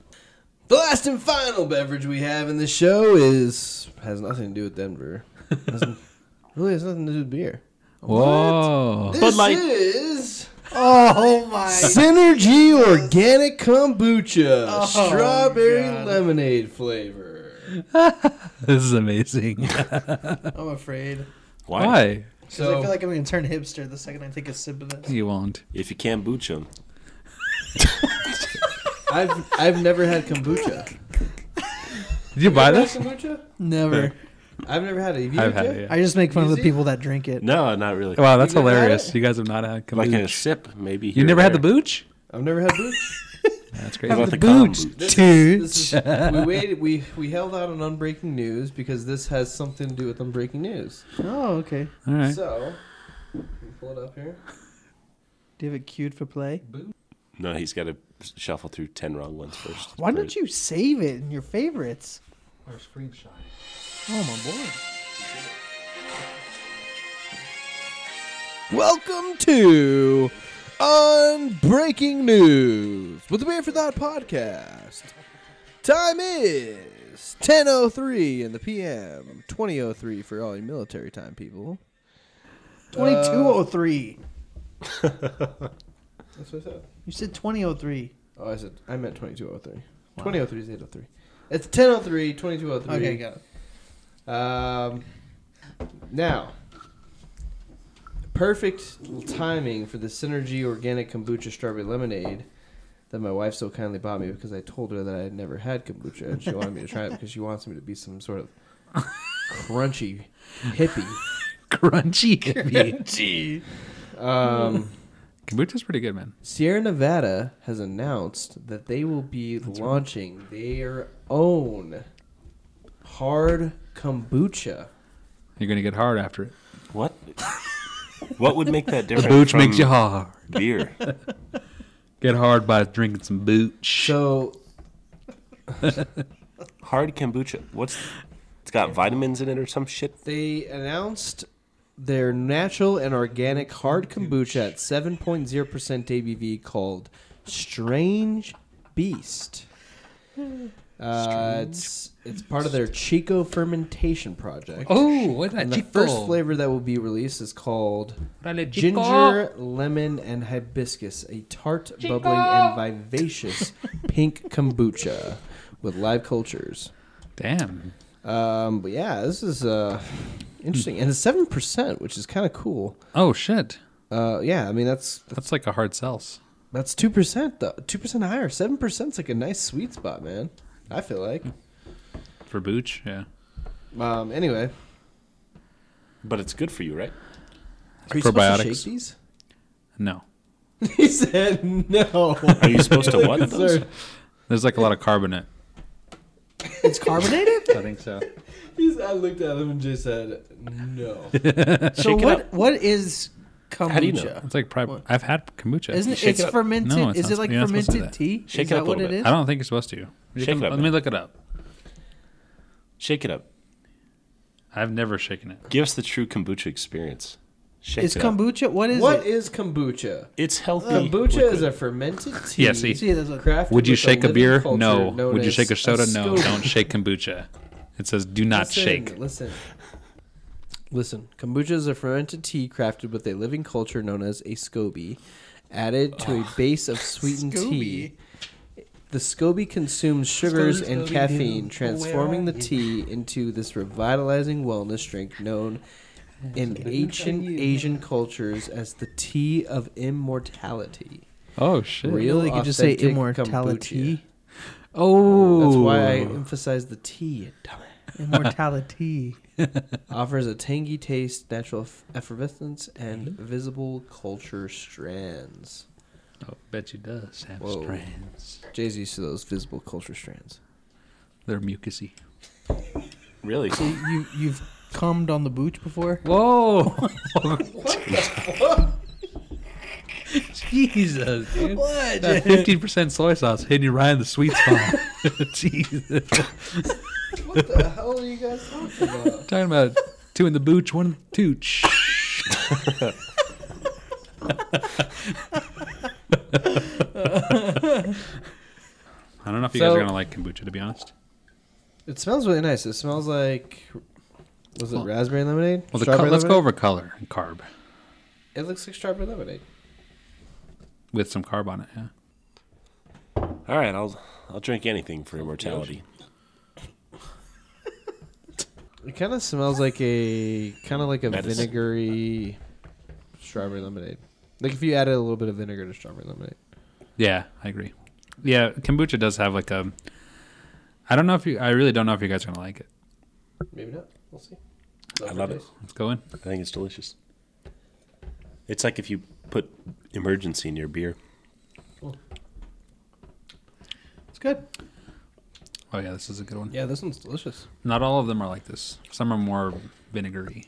[SPEAKER 4] The last and final beverage we have in the show is has nothing to do with
[SPEAKER 3] [laughs]
[SPEAKER 4] Denver. Has- really has nothing to do with beer.
[SPEAKER 3] Whoa.
[SPEAKER 4] This
[SPEAKER 5] Bud Light.
[SPEAKER 4] is
[SPEAKER 1] Oh
[SPEAKER 2] [laughs]
[SPEAKER 1] my!
[SPEAKER 4] Synergy Organic Kombucha
[SPEAKER 1] Oh,
[SPEAKER 4] Strawberry
[SPEAKER 1] God.
[SPEAKER 4] Lemonade flavor.
[SPEAKER 3] [laughs] This is amazing.
[SPEAKER 1] I'm afraid.
[SPEAKER 2] Why?
[SPEAKER 3] Why?
[SPEAKER 1] Because I
[SPEAKER 4] So
[SPEAKER 1] feel like I'm gonna turn hipster the second I take a sip of this.
[SPEAKER 3] You won't.
[SPEAKER 2] If you can booch them,
[SPEAKER 4] I've I've never had
[SPEAKER 1] [laughs]
[SPEAKER 4] kombucha.
[SPEAKER 3] Did you buy
[SPEAKER 4] Have you
[SPEAKER 3] this?
[SPEAKER 4] had kombucha?
[SPEAKER 1] Never.
[SPEAKER 4] I've never had it. Have you,
[SPEAKER 3] I've had
[SPEAKER 4] Jay?
[SPEAKER 3] it. Yeah.
[SPEAKER 1] I just make fun of the
[SPEAKER 4] Easy?
[SPEAKER 1] people that drink it.
[SPEAKER 2] no, not really.
[SPEAKER 3] Wow, that's
[SPEAKER 4] You never had
[SPEAKER 3] hilarious.
[SPEAKER 4] it?
[SPEAKER 3] You guys have not had kombucha.
[SPEAKER 2] like a sip, maybe.
[SPEAKER 3] you
[SPEAKER 2] here
[SPEAKER 3] never
[SPEAKER 2] or
[SPEAKER 3] had the
[SPEAKER 2] there.
[SPEAKER 3] booch?
[SPEAKER 4] I've never had kombucha.
[SPEAKER 3] That's
[SPEAKER 2] What
[SPEAKER 3] crazy.
[SPEAKER 2] about the,
[SPEAKER 1] boots.
[SPEAKER 2] kombucha?
[SPEAKER 4] This
[SPEAKER 1] Dude.
[SPEAKER 4] is- this is- we waited. We we held out on unbreaking news because this has something to do with unbreaking news.
[SPEAKER 1] Oh, okay.
[SPEAKER 3] All right.
[SPEAKER 4] So, let me pull it up here.
[SPEAKER 1] Do you have it queued for play?
[SPEAKER 2] No, he's got to shuffle through ten wrong ones first.
[SPEAKER 1] Why don't you save it in your favorites?
[SPEAKER 4] Or screenshot.
[SPEAKER 1] Oh my boy.
[SPEAKER 4] Welcome to Unbreaking News with the Beer for Thought podcast. Time is 10.03 in the p.m., 20.03 for all you military time people.
[SPEAKER 1] Twenty-two oh three.
[SPEAKER 4] That's what I said.
[SPEAKER 1] You said twenty oh three.
[SPEAKER 4] Oh, I said, I meant 22.03. 20.03 is 8.03. It's 10.03, 22.03.
[SPEAKER 1] Okay, got it.
[SPEAKER 4] Um, now, perfect timing for the Synergy Organic Kombucha Strawberry Lemonade that my wife so kindly bought me because I told her that I had never had kombucha and she wanted me to try it because she wants me to be some sort of crunchy hippie.
[SPEAKER 3] Crunchy hippie.
[SPEAKER 1] Gee.
[SPEAKER 4] Um,
[SPEAKER 3] [laughs] Kombucha's pretty good, man.
[SPEAKER 4] Sierra Nevada has announced that they will be launching their own hard kombucha.
[SPEAKER 3] You're gonna get hard after it.
[SPEAKER 2] What? what would make that
[SPEAKER 3] [laughs] The
[SPEAKER 2] different?
[SPEAKER 3] booch
[SPEAKER 2] from
[SPEAKER 3] makes you hard.
[SPEAKER 2] [laughs] Beer.
[SPEAKER 3] Get hard by drinking some booch.
[SPEAKER 4] So
[SPEAKER 2] Hard kombucha. What's? It's got vitamins in it or some shit.
[SPEAKER 4] They announced their natural and organic hard kombucha at 7.0% ABV called Strange Beast. Uh, it's it's part of their Chico fermentation project.
[SPEAKER 3] oh, what's
[SPEAKER 4] and the first flavor that will be released is called
[SPEAKER 3] Ginger.
[SPEAKER 4] Ginger, lemon, and hibiscus, a tart, bubbling, and vivacious pink kombucha with live cultures.
[SPEAKER 3] Damn.
[SPEAKER 4] Um, but yeah, this is uh, interesting, and it's seven percent, which is kind of cool.
[SPEAKER 3] Oh shit.
[SPEAKER 4] Uh, yeah, I mean that's
[SPEAKER 3] That's like a hard seltz.
[SPEAKER 4] that's two percent though, two percent higher. Seven percent's like a nice sweet spot, man. I feel like.
[SPEAKER 3] For booch, yeah.
[SPEAKER 4] Um, anyway,
[SPEAKER 2] But it's good for you, right?
[SPEAKER 4] are you supposed to
[SPEAKER 3] Probiotics.
[SPEAKER 4] shake these? [laughs]
[SPEAKER 3] No.
[SPEAKER 4] He said no.
[SPEAKER 2] Are you supposed
[SPEAKER 4] [laughs]
[SPEAKER 2] to what? Those?
[SPEAKER 4] Sorry.
[SPEAKER 3] There's like a lot of carbonate.
[SPEAKER 1] It's carbonated.
[SPEAKER 3] I think so.
[SPEAKER 4] He's, I looked at him and just said no.
[SPEAKER 1] so
[SPEAKER 2] Shake it
[SPEAKER 1] what?
[SPEAKER 2] up.
[SPEAKER 1] What is kombucha?
[SPEAKER 2] do you know?
[SPEAKER 3] It's like pri- I've had kombucha.
[SPEAKER 1] Isn't it,
[SPEAKER 2] Shake
[SPEAKER 1] it's
[SPEAKER 2] it up.
[SPEAKER 1] fermented?
[SPEAKER 3] No, it's
[SPEAKER 1] is it
[SPEAKER 3] not-
[SPEAKER 1] like
[SPEAKER 3] you're not supposed to do
[SPEAKER 1] fermented
[SPEAKER 3] that.
[SPEAKER 1] tea?
[SPEAKER 2] Shake
[SPEAKER 1] is
[SPEAKER 2] it
[SPEAKER 1] that
[SPEAKER 2] up a
[SPEAKER 1] what
[SPEAKER 2] little
[SPEAKER 1] it
[SPEAKER 2] bit.
[SPEAKER 1] is?
[SPEAKER 3] I don't think you're supposed to. You
[SPEAKER 2] Shake
[SPEAKER 3] can-
[SPEAKER 2] it up,
[SPEAKER 3] Let me
[SPEAKER 2] man.
[SPEAKER 3] look it up.
[SPEAKER 2] Shake it up.
[SPEAKER 3] I've never shaken it.
[SPEAKER 2] Give us the true kombucha experience. Shake
[SPEAKER 1] Is
[SPEAKER 2] it up.
[SPEAKER 1] kombucha? What is
[SPEAKER 4] what
[SPEAKER 1] it?
[SPEAKER 4] is kombucha?
[SPEAKER 2] It's healthy.
[SPEAKER 4] Kombucha is
[SPEAKER 2] liquid.
[SPEAKER 4] a fermented
[SPEAKER 3] [laughs]
[SPEAKER 4] tea.
[SPEAKER 3] Yeah, see.
[SPEAKER 1] See, there's a-
[SPEAKER 4] crafted
[SPEAKER 3] Would you
[SPEAKER 4] with
[SPEAKER 3] shake a
[SPEAKER 4] living
[SPEAKER 3] beer?
[SPEAKER 4] culture
[SPEAKER 3] No.
[SPEAKER 4] known
[SPEAKER 3] Would you
[SPEAKER 4] as
[SPEAKER 3] shake a soda? No.
[SPEAKER 4] SCOBY.
[SPEAKER 3] Don't shake kombucha. It says do not
[SPEAKER 4] Listen,
[SPEAKER 3] shake.
[SPEAKER 4] Listen. Listen, kombucha is a fermented tea crafted with a living culture known as a SCOBY, added to a base of sweetened tea. The SCOBY consumes sugars
[SPEAKER 1] Scoby,
[SPEAKER 4] and
[SPEAKER 1] Scoby,
[SPEAKER 4] caffeine,
[SPEAKER 1] dude.
[SPEAKER 4] transforming the tea into this revitalizing wellness drink known in ancient Asian cultures as the tea of immortality.
[SPEAKER 3] Oh shit.
[SPEAKER 4] Real
[SPEAKER 1] Really, you could just say
[SPEAKER 4] authentic
[SPEAKER 1] immortality.
[SPEAKER 3] Oh.
[SPEAKER 4] That's why I emphasize the tea, dumbass.
[SPEAKER 1] Immortality.
[SPEAKER 4] offers a tangy taste, natural f- effervescence, and
[SPEAKER 2] Mm-hmm.
[SPEAKER 4] visible culture strands.
[SPEAKER 3] Oh, bet you does have
[SPEAKER 4] Whoa.
[SPEAKER 3] strands.
[SPEAKER 4] Jay's used to those visible culture strands.
[SPEAKER 3] They're mucusy.
[SPEAKER 1] [laughs]
[SPEAKER 2] really.
[SPEAKER 1] so you you've cummed on the booch before?
[SPEAKER 3] [laughs] Whoa! Jesus, dude.
[SPEAKER 1] What?
[SPEAKER 3] That fifteen percent soy sauce hitting you right in the sweet spot. [laughs] Jesus.
[SPEAKER 4] What the hell are you you guys talking about?
[SPEAKER 3] Talking about two in the booch, one in the tooch. I don't know if you guys
[SPEAKER 4] So-
[SPEAKER 3] are gonna like kombucha, to be honest.
[SPEAKER 4] it smells really nice. It smells like was it
[SPEAKER 3] Well-
[SPEAKER 4] raspberry lemonade?
[SPEAKER 3] Well, the co-
[SPEAKER 4] Strawberry
[SPEAKER 3] let's go
[SPEAKER 4] lemonade?
[SPEAKER 3] over color and carb
[SPEAKER 4] It looks like strawberry lemonade.
[SPEAKER 3] with some carb on it. Yeah.
[SPEAKER 2] All right, I'll I'll drink anything for immortality.
[SPEAKER 4] It kind of smells like a kind of like a
[SPEAKER 2] Medicine.
[SPEAKER 4] vinegary strawberry lemonade. Like if you added a little bit of vinegar to strawberry lemonade.
[SPEAKER 3] Yeah, I agree. Yeah, kombucha does have like a. I don't know if you. I really don't know if you guys are gonna like it.
[SPEAKER 4] Maybe not. We'll see.
[SPEAKER 2] I love it.
[SPEAKER 3] Let's go in.
[SPEAKER 2] I think it's delicious. It's like if you put emergency in your beer.
[SPEAKER 4] It's good.
[SPEAKER 3] Oh yeah, this is a good one.
[SPEAKER 4] Yeah, this one's delicious.
[SPEAKER 3] Not all of them are like this. Some are more vinegary.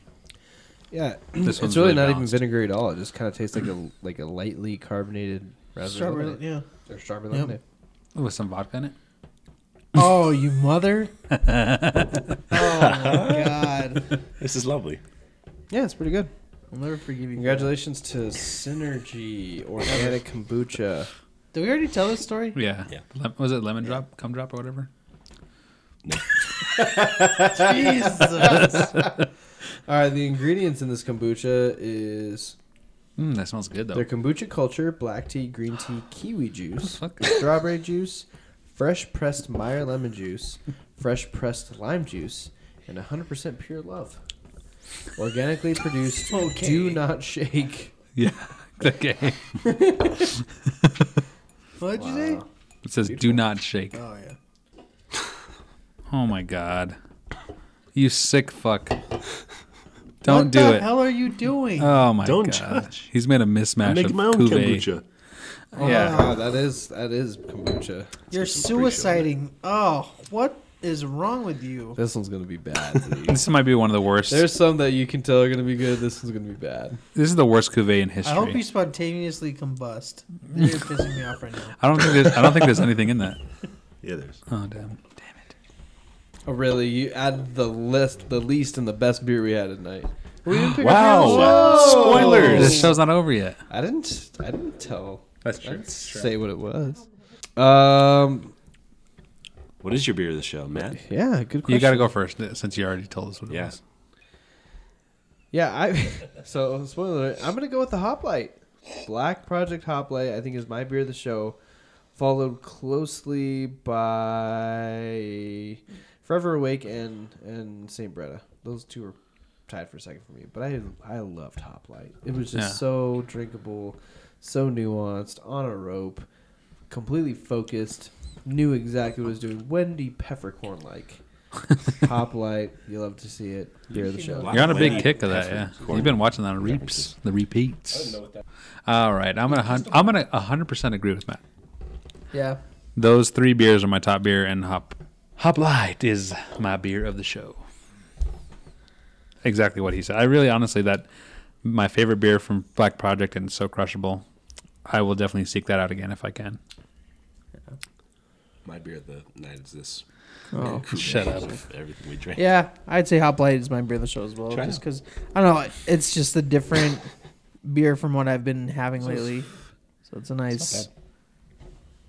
[SPEAKER 4] Yeah, [clears throat]
[SPEAKER 3] This
[SPEAKER 4] it's
[SPEAKER 3] one's
[SPEAKER 4] really,
[SPEAKER 3] really
[SPEAKER 4] not
[SPEAKER 3] balanced.
[SPEAKER 4] even vinegary at all. It just kind of tastes like a like a lightly carbonated raspberry
[SPEAKER 1] Strawberry,
[SPEAKER 4] lemonade.
[SPEAKER 1] yeah.
[SPEAKER 4] or strawberry
[SPEAKER 1] Yep.
[SPEAKER 4] lemonade.
[SPEAKER 3] With some vodka in it.
[SPEAKER 1] Oh, you mother! oh my god!
[SPEAKER 2] This is lovely.
[SPEAKER 4] [laughs] Yeah, it's pretty good.
[SPEAKER 1] I'll never forgive you.
[SPEAKER 4] Congratulations to Synergy Organic Kombucha.
[SPEAKER 1] Did we already tell this [laughs] story?
[SPEAKER 3] Yeah.
[SPEAKER 2] Yeah.
[SPEAKER 3] Lem- was it lemon drop, cum drop, or whatever?
[SPEAKER 1] [laughs] Jesus.
[SPEAKER 4] All right, the ingredients in this kombucha is
[SPEAKER 3] Mm, that smells good though.
[SPEAKER 4] their kombucha culture, black tea, green tea, kiwi juice,
[SPEAKER 3] Fuck.
[SPEAKER 4] strawberry juice, fresh pressed Meyer lemon juice, fresh pressed lime juice, and 100% pure love. Organically produced,
[SPEAKER 1] [laughs] Okay.
[SPEAKER 4] do not shake.
[SPEAKER 3] Yeah. okay.
[SPEAKER 1] What'd you say?
[SPEAKER 3] It says do not shake.
[SPEAKER 1] Oh yeah.
[SPEAKER 3] Oh my god. You sick fuck.
[SPEAKER 1] what
[SPEAKER 3] Don't do
[SPEAKER 1] the
[SPEAKER 3] it.
[SPEAKER 1] hell are you doing?
[SPEAKER 3] Oh my
[SPEAKER 2] Don't
[SPEAKER 3] god.
[SPEAKER 2] judge.
[SPEAKER 3] He's made a mismatch of cuvee. Yeah.
[SPEAKER 4] Wow, that is that is kombucha.
[SPEAKER 1] You're suiciding. Oh, what is wrong with you?
[SPEAKER 4] This one's gonna be [laughs] bad. dude.
[SPEAKER 3] This might be one of the worst.
[SPEAKER 4] There's some that you can tell are gonna be good. This one's gonna be bad.
[SPEAKER 3] this is the worst cuvee in history.
[SPEAKER 1] I
[SPEAKER 3] I,
[SPEAKER 1] hope you spontaneously combust. You're pissing me off right now.
[SPEAKER 3] don't think there's. I don't think there's anything in that.
[SPEAKER 2] Yeah, there's.
[SPEAKER 3] Oh damn.
[SPEAKER 4] Oh, really? You added the list, the least, and the best beer we had tonight. We didn't pick a
[SPEAKER 2] Wow.
[SPEAKER 4] beer.
[SPEAKER 2] Spoilers.
[SPEAKER 3] This show's not over yet.
[SPEAKER 4] I didn't. I didn't tell.
[SPEAKER 3] That's
[SPEAKER 4] I didn't say what it was. Um.
[SPEAKER 2] What is your beer of the show, Matt?
[SPEAKER 4] Yeah. Good question.
[SPEAKER 3] You got to go first uh, since you already told us what it
[SPEAKER 2] Yeah.
[SPEAKER 3] was.
[SPEAKER 4] Yeah. I. [laughs] So spoiler. alert, I'm gonna go with the Hoplite. Black Project Hoplite. I think is my beer of the show, followed closely by Forever Awake and and Saint Bretta. Those two are tied for second for me. But I I loved Hoplite. It was just
[SPEAKER 3] Yeah.
[SPEAKER 4] so drinkable, so nuanced, on a rope, completely focused, knew exactly what it was doing. Wendy Peppercorn like. Hoplite, you love to see it. Beer of the show.
[SPEAKER 2] Wow.
[SPEAKER 3] You're on a big
[SPEAKER 2] Lenny
[SPEAKER 3] kick of that, yeah. You've been watching that on repeats, the repeats. All right, I'm gonna hun- I'm gonna 100 percent agree with Matt.
[SPEAKER 1] Yeah.
[SPEAKER 3] Those three beers are my top beer, and Hop Hop Light is my beer of the show. Exactly what he said. I really, honestly, that my favorite beer from Black Project and so crushable. I will definitely seek that out again if I can.
[SPEAKER 2] My beer of the night is this.
[SPEAKER 1] Oh.
[SPEAKER 3] Shut up.
[SPEAKER 2] Everything we drank.
[SPEAKER 1] Yeah, I'd say Hoplite is my beer of the show as well,
[SPEAKER 2] Try
[SPEAKER 1] just
[SPEAKER 2] it.
[SPEAKER 1] because I don't know. It's just a different beer from what I've been having lately, so it's a nice,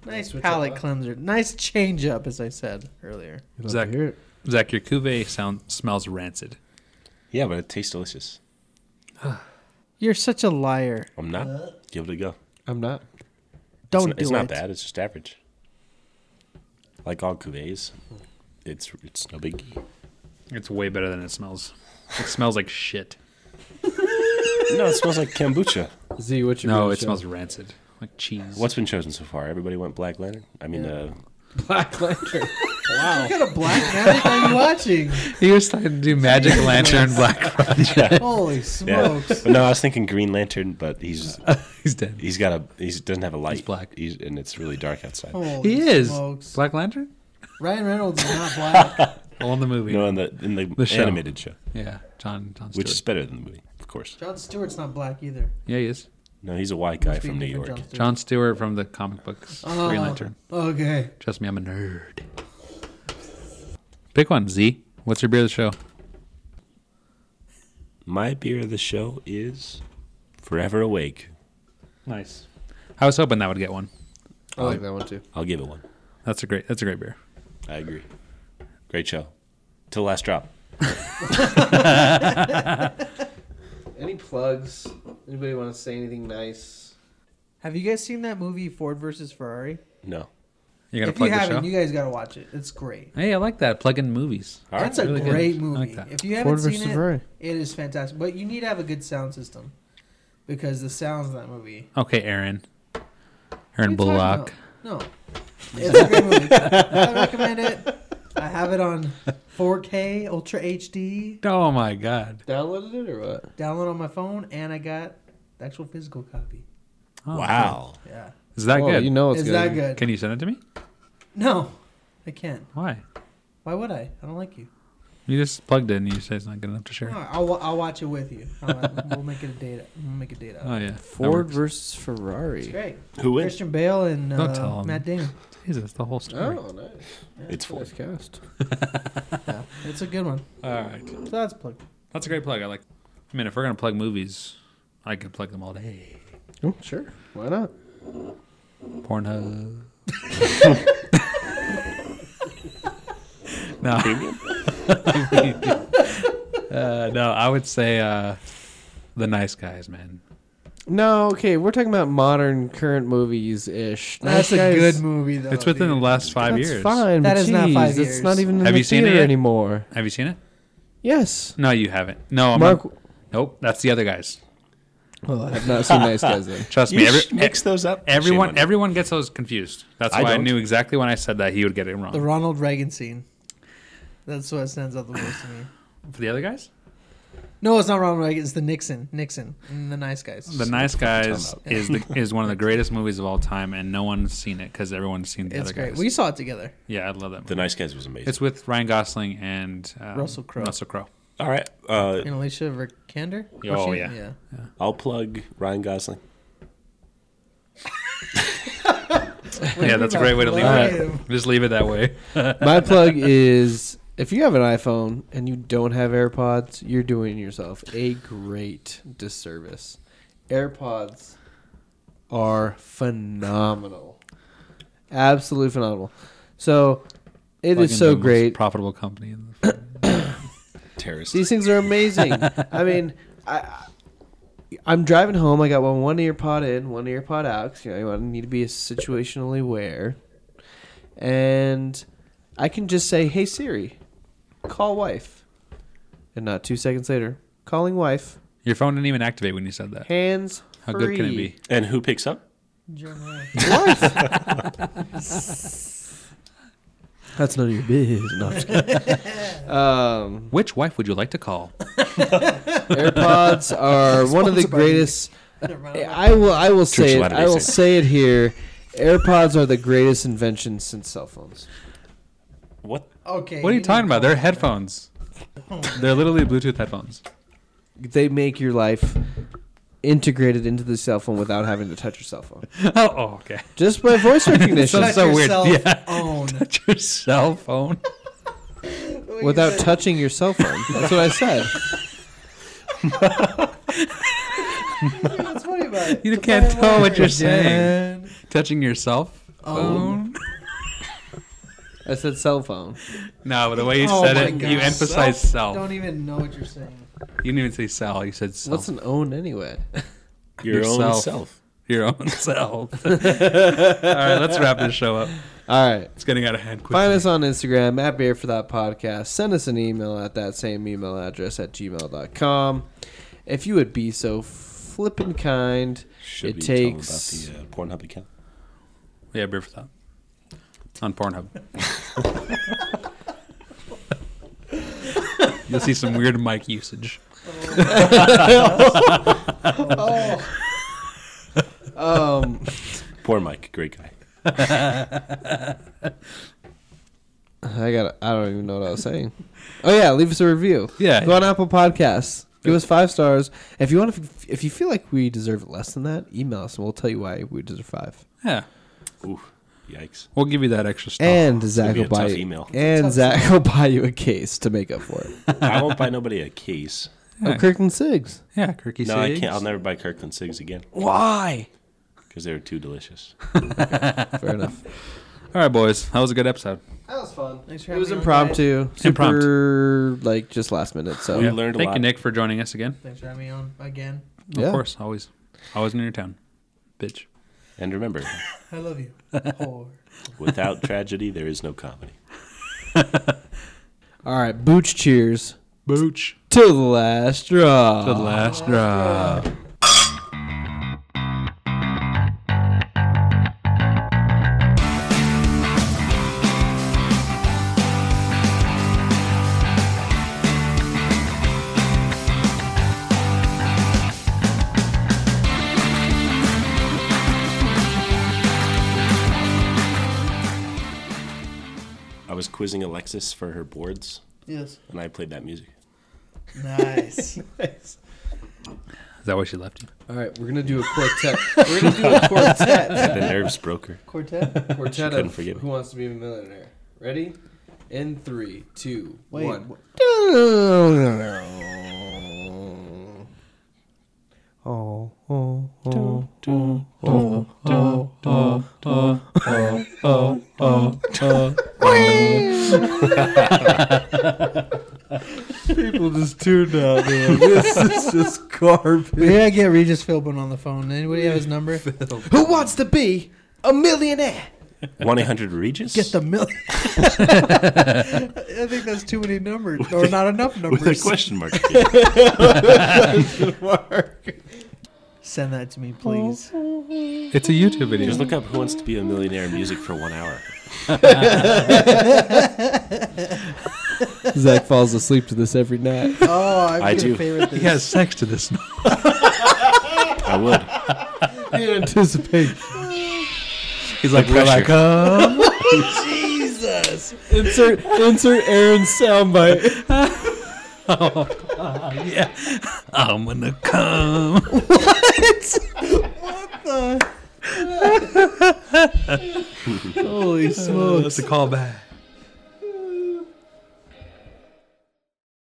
[SPEAKER 1] nice
[SPEAKER 4] Switch it
[SPEAKER 1] palate
[SPEAKER 4] up.
[SPEAKER 1] cleanser, nice change up, as I said earlier.
[SPEAKER 4] You'd love to
[SPEAKER 3] Zach.
[SPEAKER 4] hear it.
[SPEAKER 3] Zach, your cuvee sound smells rancid.
[SPEAKER 2] Yeah, but it tastes delicious.
[SPEAKER 1] You're such a liar.
[SPEAKER 2] I'm not. Give it a go.
[SPEAKER 4] I'm not.
[SPEAKER 2] It's
[SPEAKER 1] Don't
[SPEAKER 2] n- it's
[SPEAKER 1] do
[SPEAKER 2] not
[SPEAKER 1] it.
[SPEAKER 2] bad. It's just average. Like all cuvées, it's it's no biggie.
[SPEAKER 3] It's way better than it smells. It smells like shit.
[SPEAKER 2] No, it smells like kombucha.
[SPEAKER 4] Z, what's your
[SPEAKER 3] No, it
[SPEAKER 4] beer of the show?
[SPEAKER 3] smells rancid, like cheese.
[SPEAKER 2] What's been chosen so far? Everybody went Black Lantern. I mean, uh,
[SPEAKER 4] Black [laughs] Lantern.
[SPEAKER 1] What kind of [laughs] black magic are you watching?
[SPEAKER 3] He was trying to do Magic Lantern Black.
[SPEAKER 1] [laughs] Holy
[SPEAKER 2] yeah.
[SPEAKER 1] smokes!
[SPEAKER 2] But no, I was thinking Green Lantern, but he's
[SPEAKER 3] [laughs] He's dead.
[SPEAKER 2] he's got a he doesn't have a light.
[SPEAKER 3] black.
[SPEAKER 2] He's, and it's really dark outside.
[SPEAKER 1] Holy
[SPEAKER 3] He is
[SPEAKER 1] Smokes.
[SPEAKER 3] Black Lantern.
[SPEAKER 1] Ryan Reynolds is not
[SPEAKER 2] [laughs]
[SPEAKER 1] black.
[SPEAKER 3] Well, in the movie.
[SPEAKER 2] No, in the in the,
[SPEAKER 3] The show.
[SPEAKER 2] animated show,
[SPEAKER 3] Yeah, John. John Stewart.
[SPEAKER 2] which is better than the movie, of course.
[SPEAKER 1] John Stewart's not black either.
[SPEAKER 3] yeah, he is.
[SPEAKER 2] No, he's a white guy
[SPEAKER 1] Must be a
[SPEAKER 2] from New
[SPEAKER 1] different
[SPEAKER 2] York.
[SPEAKER 1] Stewart.
[SPEAKER 3] John Stewart from the comic books.
[SPEAKER 1] Oh,
[SPEAKER 3] Green Lantern.
[SPEAKER 1] Okay.
[SPEAKER 3] Trust me, I'm a nerd. Pick one, Z. What's your beer of the show?
[SPEAKER 2] My beer of the show is Forever Awake.
[SPEAKER 3] Nice. I was hoping that would get one.
[SPEAKER 4] I like that one too.
[SPEAKER 2] I'll give it one.
[SPEAKER 3] That's a great. That's a great beer.
[SPEAKER 2] I agree. Great show. Till last drop.
[SPEAKER 4] Any plugs? Anybody want to say anything nice?
[SPEAKER 1] Have you guys seen that movie Ford versus Ferrari?
[SPEAKER 2] No.
[SPEAKER 3] You're gonna
[SPEAKER 1] if
[SPEAKER 3] plug
[SPEAKER 1] you
[SPEAKER 3] the show.
[SPEAKER 1] haven't, you guys gotta watch it. It's great.
[SPEAKER 3] hey, I like that. Plug in movies.
[SPEAKER 2] All
[SPEAKER 1] That's
[SPEAKER 2] right.
[SPEAKER 1] a
[SPEAKER 3] Really good.
[SPEAKER 1] great
[SPEAKER 3] I
[SPEAKER 1] movie.
[SPEAKER 3] like that.
[SPEAKER 1] If you haven't
[SPEAKER 4] Ford
[SPEAKER 1] seen
[SPEAKER 4] versus
[SPEAKER 1] it,
[SPEAKER 4] Ferrari.
[SPEAKER 1] it is fantastic. But you need to have a good sound system because the sounds in that movie.
[SPEAKER 3] Okay, Aaron.
[SPEAKER 1] What are
[SPEAKER 3] Aaron
[SPEAKER 1] you talking about?
[SPEAKER 3] Bullock.
[SPEAKER 1] No, it's a great
[SPEAKER 3] [laughs]
[SPEAKER 1] movie. I recommend it. I have it on 4K Ultra HD.
[SPEAKER 3] Oh my God.
[SPEAKER 4] Downloaded it or what?
[SPEAKER 1] Download on my phone, and I got the actual physical copy.
[SPEAKER 3] Oh,
[SPEAKER 2] wow.
[SPEAKER 1] Yeah.
[SPEAKER 3] Is that
[SPEAKER 4] Whoa,
[SPEAKER 3] good?
[SPEAKER 4] You know it's
[SPEAKER 1] is
[SPEAKER 4] good.
[SPEAKER 1] that good?
[SPEAKER 3] Can you send it to me?
[SPEAKER 1] No, I can't.
[SPEAKER 3] Why?
[SPEAKER 1] Why would I? I don't like you.
[SPEAKER 3] You just plugged it and you say it's not good enough to share.
[SPEAKER 1] No, I'll, wa- I'll watch it with you. I'll- we'll make it a date. We'll make a date out.
[SPEAKER 3] Oh yeah. That
[SPEAKER 5] Ford
[SPEAKER 3] works.
[SPEAKER 5] versus
[SPEAKER 1] It's
[SPEAKER 5] Ferrari.
[SPEAKER 1] great.
[SPEAKER 2] Who wins?
[SPEAKER 1] Christian Bale and
[SPEAKER 3] Don't tell
[SPEAKER 1] uh,
[SPEAKER 3] 'em.
[SPEAKER 1] Matt Damon.
[SPEAKER 3] Jesus, the whole story.
[SPEAKER 4] Oh, nice.
[SPEAKER 2] It's Ford.
[SPEAKER 4] Nice cast.
[SPEAKER 1] Yeah, it's a good one.
[SPEAKER 3] All right.
[SPEAKER 1] So that's plugged.
[SPEAKER 3] That's a great plug. I like. I mean, if we're gonna plug movies, I could plug them all day.
[SPEAKER 4] Oh, sure. Why not?
[SPEAKER 3] Pornhub. [laughs] no. [laughs] uh, no, I would say uh, the nice guys, man.
[SPEAKER 4] No, okay. We're talking about modern, current movies ish.
[SPEAKER 1] That's a good movie, though.
[SPEAKER 3] it's within
[SPEAKER 1] dude.
[SPEAKER 3] the last five
[SPEAKER 4] that's
[SPEAKER 3] years.
[SPEAKER 4] Fine.
[SPEAKER 1] That
[SPEAKER 4] but
[SPEAKER 1] is not five
[SPEAKER 4] geez, It's
[SPEAKER 1] years.
[SPEAKER 4] not even in
[SPEAKER 3] Have
[SPEAKER 4] the
[SPEAKER 3] you seen it
[SPEAKER 4] theater
[SPEAKER 3] yet?
[SPEAKER 4] anymore.
[SPEAKER 3] Have you seen it?
[SPEAKER 4] Yes.
[SPEAKER 3] No, you haven't. No, I'm
[SPEAKER 4] Mark. [laughs]
[SPEAKER 3] Not, nope. That's the other guys.
[SPEAKER 4] Well, I have not seen Nice Guys then.
[SPEAKER 3] Trust
[SPEAKER 2] You
[SPEAKER 3] me.
[SPEAKER 2] sh-
[SPEAKER 3] Every,
[SPEAKER 2] mix those up. Shame on
[SPEAKER 3] everyone,
[SPEAKER 2] you.
[SPEAKER 3] everyone gets those confused. That's
[SPEAKER 2] I
[SPEAKER 3] why I,
[SPEAKER 2] don't.
[SPEAKER 3] knew exactly when I said that he would get it wrong.
[SPEAKER 1] The Ronald Reagan scene. That's what stands out the most to me.
[SPEAKER 3] For the other guys,
[SPEAKER 1] No, it's not Ronald Reagan. It's the Nixon. Nixon. And the nice guys.
[SPEAKER 3] the nice guys
[SPEAKER 2] time
[SPEAKER 1] out.
[SPEAKER 3] is the, is one of the greatest movies of all time, and no one's seen it because everyone's seen the
[SPEAKER 1] it's
[SPEAKER 3] other
[SPEAKER 1] great.
[SPEAKER 3] guys.
[SPEAKER 1] We saw it together.
[SPEAKER 3] yeah, I love that. Movie.
[SPEAKER 2] The Nice Guys was amazing.
[SPEAKER 3] It's with Ryan Gosling and um,
[SPEAKER 1] Russell Crowe.
[SPEAKER 3] Russell Crowe.
[SPEAKER 2] All right. Uh,
[SPEAKER 1] And Alicia Vikander.
[SPEAKER 3] Oh,
[SPEAKER 1] Was she?
[SPEAKER 3] yeah.
[SPEAKER 1] Yeah.
[SPEAKER 2] I'll plug Ryan Gosling.
[SPEAKER 3] [laughs] yeah, that's a great way to leave
[SPEAKER 1] Alright.
[SPEAKER 3] it. Just leave it that way.
[SPEAKER 4] My plug is if you have an iPhone and you don't have AirPods, you're doing yourself a great disservice. AirPods are phenomenal. Absolutely phenomenal. So it
[SPEAKER 3] Fucking
[SPEAKER 4] is
[SPEAKER 3] the
[SPEAKER 4] so
[SPEAKER 3] most
[SPEAKER 4] great.
[SPEAKER 3] Profitable company. in the-
[SPEAKER 2] Terrorist.
[SPEAKER 4] These things are amazing. I mean, I, I'm driving home. I got one one earpod in, one earpod out. 'cause, you know, you wanna- need to be situationally aware. And I can just say, "Hey Siri, call wife," and not two seconds later, calling wife,
[SPEAKER 3] Your phone didn't even activate when you said that.
[SPEAKER 4] hands
[SPEAKER 3] How good
[SPEAKER 4] free.
[SPEAKER 3] can it be?
[SPEAKER 2] And who picks up?
[SPEAKER 4] That's none of your business. No, I'm just kidding. [laughs] um,
[SPEAKER 3] Which wife would you like to call?
[SPEAKER 4] AirPods are
[SPEAKER 1] [laughs]
[SPEAKER 4] one of the
[SPEAKER 1] Sponsored by me.
[SPEAKER 4] greatest.
[SPEAKER 1] Never mind.
[SPEAKER 4] I will. I will say it.
[SPEAKER 2] Latter Day
[SPEAKER 4] I will
[SPEAKER 2] Saints.
[SPEAKER 4] say it here. AirPods are the greatest invention since cell phones.
[SPEAKER 2] What?
[SPEAKER 1] Okay.
[SPEAKER 3] What are you
[SPEAKER 1] didn't
[SPEAKER 3] talking about?
[SPEAKER 1] call
[SPEAKER 3] They're
[SPEAKER 1] it. [laughs]
[SPEAKER 3] headphones. They're literally Bluetooth headphones. [laughs]
[SPEAKER 4] They make your life integrated into the cell phone without having to touch your cell phone.
[SPEAKER 3] Oh, oh, okay. [laughs]
[SPEAKER 4] Just by [laughs] voice recognition,
[SPEAKER 1] Touch
[SPEAKER 3] That's so weird.
[SPEAKER 1] yourself
[SPEAKER 3] Yeah. [laughs]
[SPEAKER 1] Own. [laughs]
[SPEAKER 3] Touch your cell phone.
[SPEAKER 4] without touching your cell phone. That's what I said.
[SPEAKER 1] What's funny about it?
[SPEAKER 3] You
[SPEAKER 1] It's a
[SPEAKER 3] can't
[SPEAKER 1] funny
[SPEAKER 3] tell what
[SPEAKER 1] word.
[SPEAKER 3] you're saying. Touching yourself.
[SPEAKER 1] Own.
[SPEAKER 4] I said cell phone.
[SPEAKER 3] No, but the way you
[SPEAKER 1] Oh
[SPEAKER 3] said
[SPEAKER 1] my
[SPEAKER 3] it,
[SPEAKER 1] God.
[SPEAKER 3] you emphasized self.
[SPEAKER 1] Don't even know what you're saying.
[SPEAKER 3] You didn't even say cell. You said self.
[SPEAKER 4] What's an own anyway?
[SPEAKER 2] Your own
[SPEAKER 3] Yourself.
[SPEAKER 2] self.
[SPEAKER 3] your own [laughs] self. All right, let's wrap this show up.
[SPEAKER 4] All right.
[SPEAKER 3] It's getting out of hand quickly.
[SPEAKER 4] Find us on Instagram at Beer for That Podcast. Send us an email at that same email address at gmail.com. If you would be so flippin' kind,
[SPEAKER 2] Should
[SPEAKER 4] It
[SPEAKER 2] we tell them
[SPEAKER 4] takes-
[SPEAKER 2] about the uh, Pornhub account?
[SPEAKER 3] Yeah, beer for thought. On Pornhub. You'll see some weird mic usage.
[SPEAKER 4] um,
[SPEAKER 2] Poor Mike, great guy.
[SPEAKER 4] I got. I don't even know what I was saying. Oh yeah, leave us a review.
[SPEAKER 3] Yeah.
[SPEAKER 4] go on Apple Podcasts. Give us five stars. If you want, to, if you feel like we deserve less than that, email us and we'll tell you why we deserve five.
[SPEAKER 3] Yeah.
[SPEAKER 2] Ooh. Yikes.
[SPEAKER 3] We'll give you that extra stuff.
[SPEAKER 4] And Zach
[SPEAKER 2] Oh, be
[SPEAKER 4] will
[SPEAKER 2] a
[SPEAKER 4] buy
[SPEAKER 2] tough
[SPEAKER 4] you,
[SPEAKER 2] email.
[SPEAKER 4] and Zach will buy you a case to make up
[SPEAKER 2] [laughs]
[SPEAKER 4] for it.
[SPEAKER 2] I won't buy nobody a case.
[SPEAKER 4] Oh, Kirk and Sigs.
[SPEAKER 3] yeah, Kirky
[SPEAKER 2] No, I can't. I'll
[SPEAKER 3] Sigs.
[SPEAKER 2] never buy Kirkland cigs again
[SPEAKER 3] Why?
[SPEAKER 2] because they were too delicious. [laughs]
[SPEAKER 4] Fair enough.
[SPEAKER 3] All right, boys. That was a good episode.
[SPEAKER 4] That was fun.
[SPEAKER 1] Thanks for
[SPEAKER 4] It
[SPEAKER 1] having
[SPEAKER 4] was
[SPEAKER 1] me on,
[SPEAKER 4] impromptu, super
[SPEAKER 3] Impromptu.
[SPEAKER 4] like just last minute. So
[SPEAKER 2] We learned a
[SPEAKER 3] Thank
[SPEAKER 2] lot.
[SPEAKER 3] you, Nick, for joining us again.
[SPEAKER 1] Thanks for having me on again.
[SPEAKER 4] Yeah.
[SPEAKER 3] Of course, always, always in your town, bitch.
[SPEAKER 2] And remember,
[SPEAKER 1] I love
[SPEAKER 4] [laughs]
[SPEAKER 1] you. Whore.
[SPEAKER 2] without tragedy, there is no comedy.
[SPEAKER 4] all right, booch cheers
[SPEAKER 3] Booch.
[SPEAKER 4] till the last straw.
[SPEAKER 3] The last drop.
[SPEAKER 2] I was quizzing Alexis for her boards,
[SPEAKER 1] Yes.
[SPEAKER 2] and I played that music.
[SPEAKER 4] [laughs]
[SPEAKER 1] Nice.
[SPEAKER 3] Is that why she left you?
[SPEAKER 4] [laughs] All right, we're gonna do a
[SPEAKER 2] [laughs]
[SPEAKER 4] quartet. we're gonna do a quartet.
[SPEAKER 2] The nerves broke her.
[SPEAKER 1] Quartet?
[SPEAKER 2] [laughs]
[SPEAKER 4] quartet
[SPEAKER 2] couldn't
[SPEAKER 4] of
[SPEAKER 2] forget me.
[SPEAKER 4] Who Wants to Be a Millionaire? Ready? In three, two,
[SPEAKER 1] Wait.
[SPEAKER 4] one. Oh, oh, oh, oh, oh, oh, oh, oh, oh, oh, oh, oh. People just tuned out. Man. [laughs] This is just garbage.
[SPEAKER 1] We gotta get Regis Philbin on the phone. Anybody have his number?
[SPEAKER 4] Who wants to be a millionaire?
[SPEAKER 2] One eight hundred Regis.
[SPEAKER 1] Get the [laughs] million. I think that's too many numbers, or not enough
[SPEAKER 2] [laughs] with a
[SPEAKER 1] numbers. [laughs]
[SPEAKER 2] question mark. [laughs]
[SPEAKER 1] Send that to me, please.
[SPEAKER 3] It's a YouTube video.
[SPEAKER 2] Just look up who wants to be a millionaire music for one hour.
[SPEAKER 4] [laughs] Zach falls asleep to this every night.
[SPEAKER 1] Oh, I'm
[SPEAKER 2] I
[SPEAKER 1] I am going
[SPEAKER 2] do.
[SPEAKER 1] to favorite this.
[SPEAKER 3] he has sex to this. [laughs]
[SPEAKER 2] I would.
[SPEAKER 4] You anticipate.
[SPEAKER 3] He's like,
[SPEAKER 2] will I
[SPEAKER 3] come?
[SPEAKER 1] Jesus.
[SPEAKER 4] Insert insert Aaron's soundbite.
[SPEAKER 3] yeah, [laughs] I'm gonna come.
[SPEAKER 1] Holy smokes.
[SPEAKER 4] [laughs]
[SPEAKER 3] That's a callback.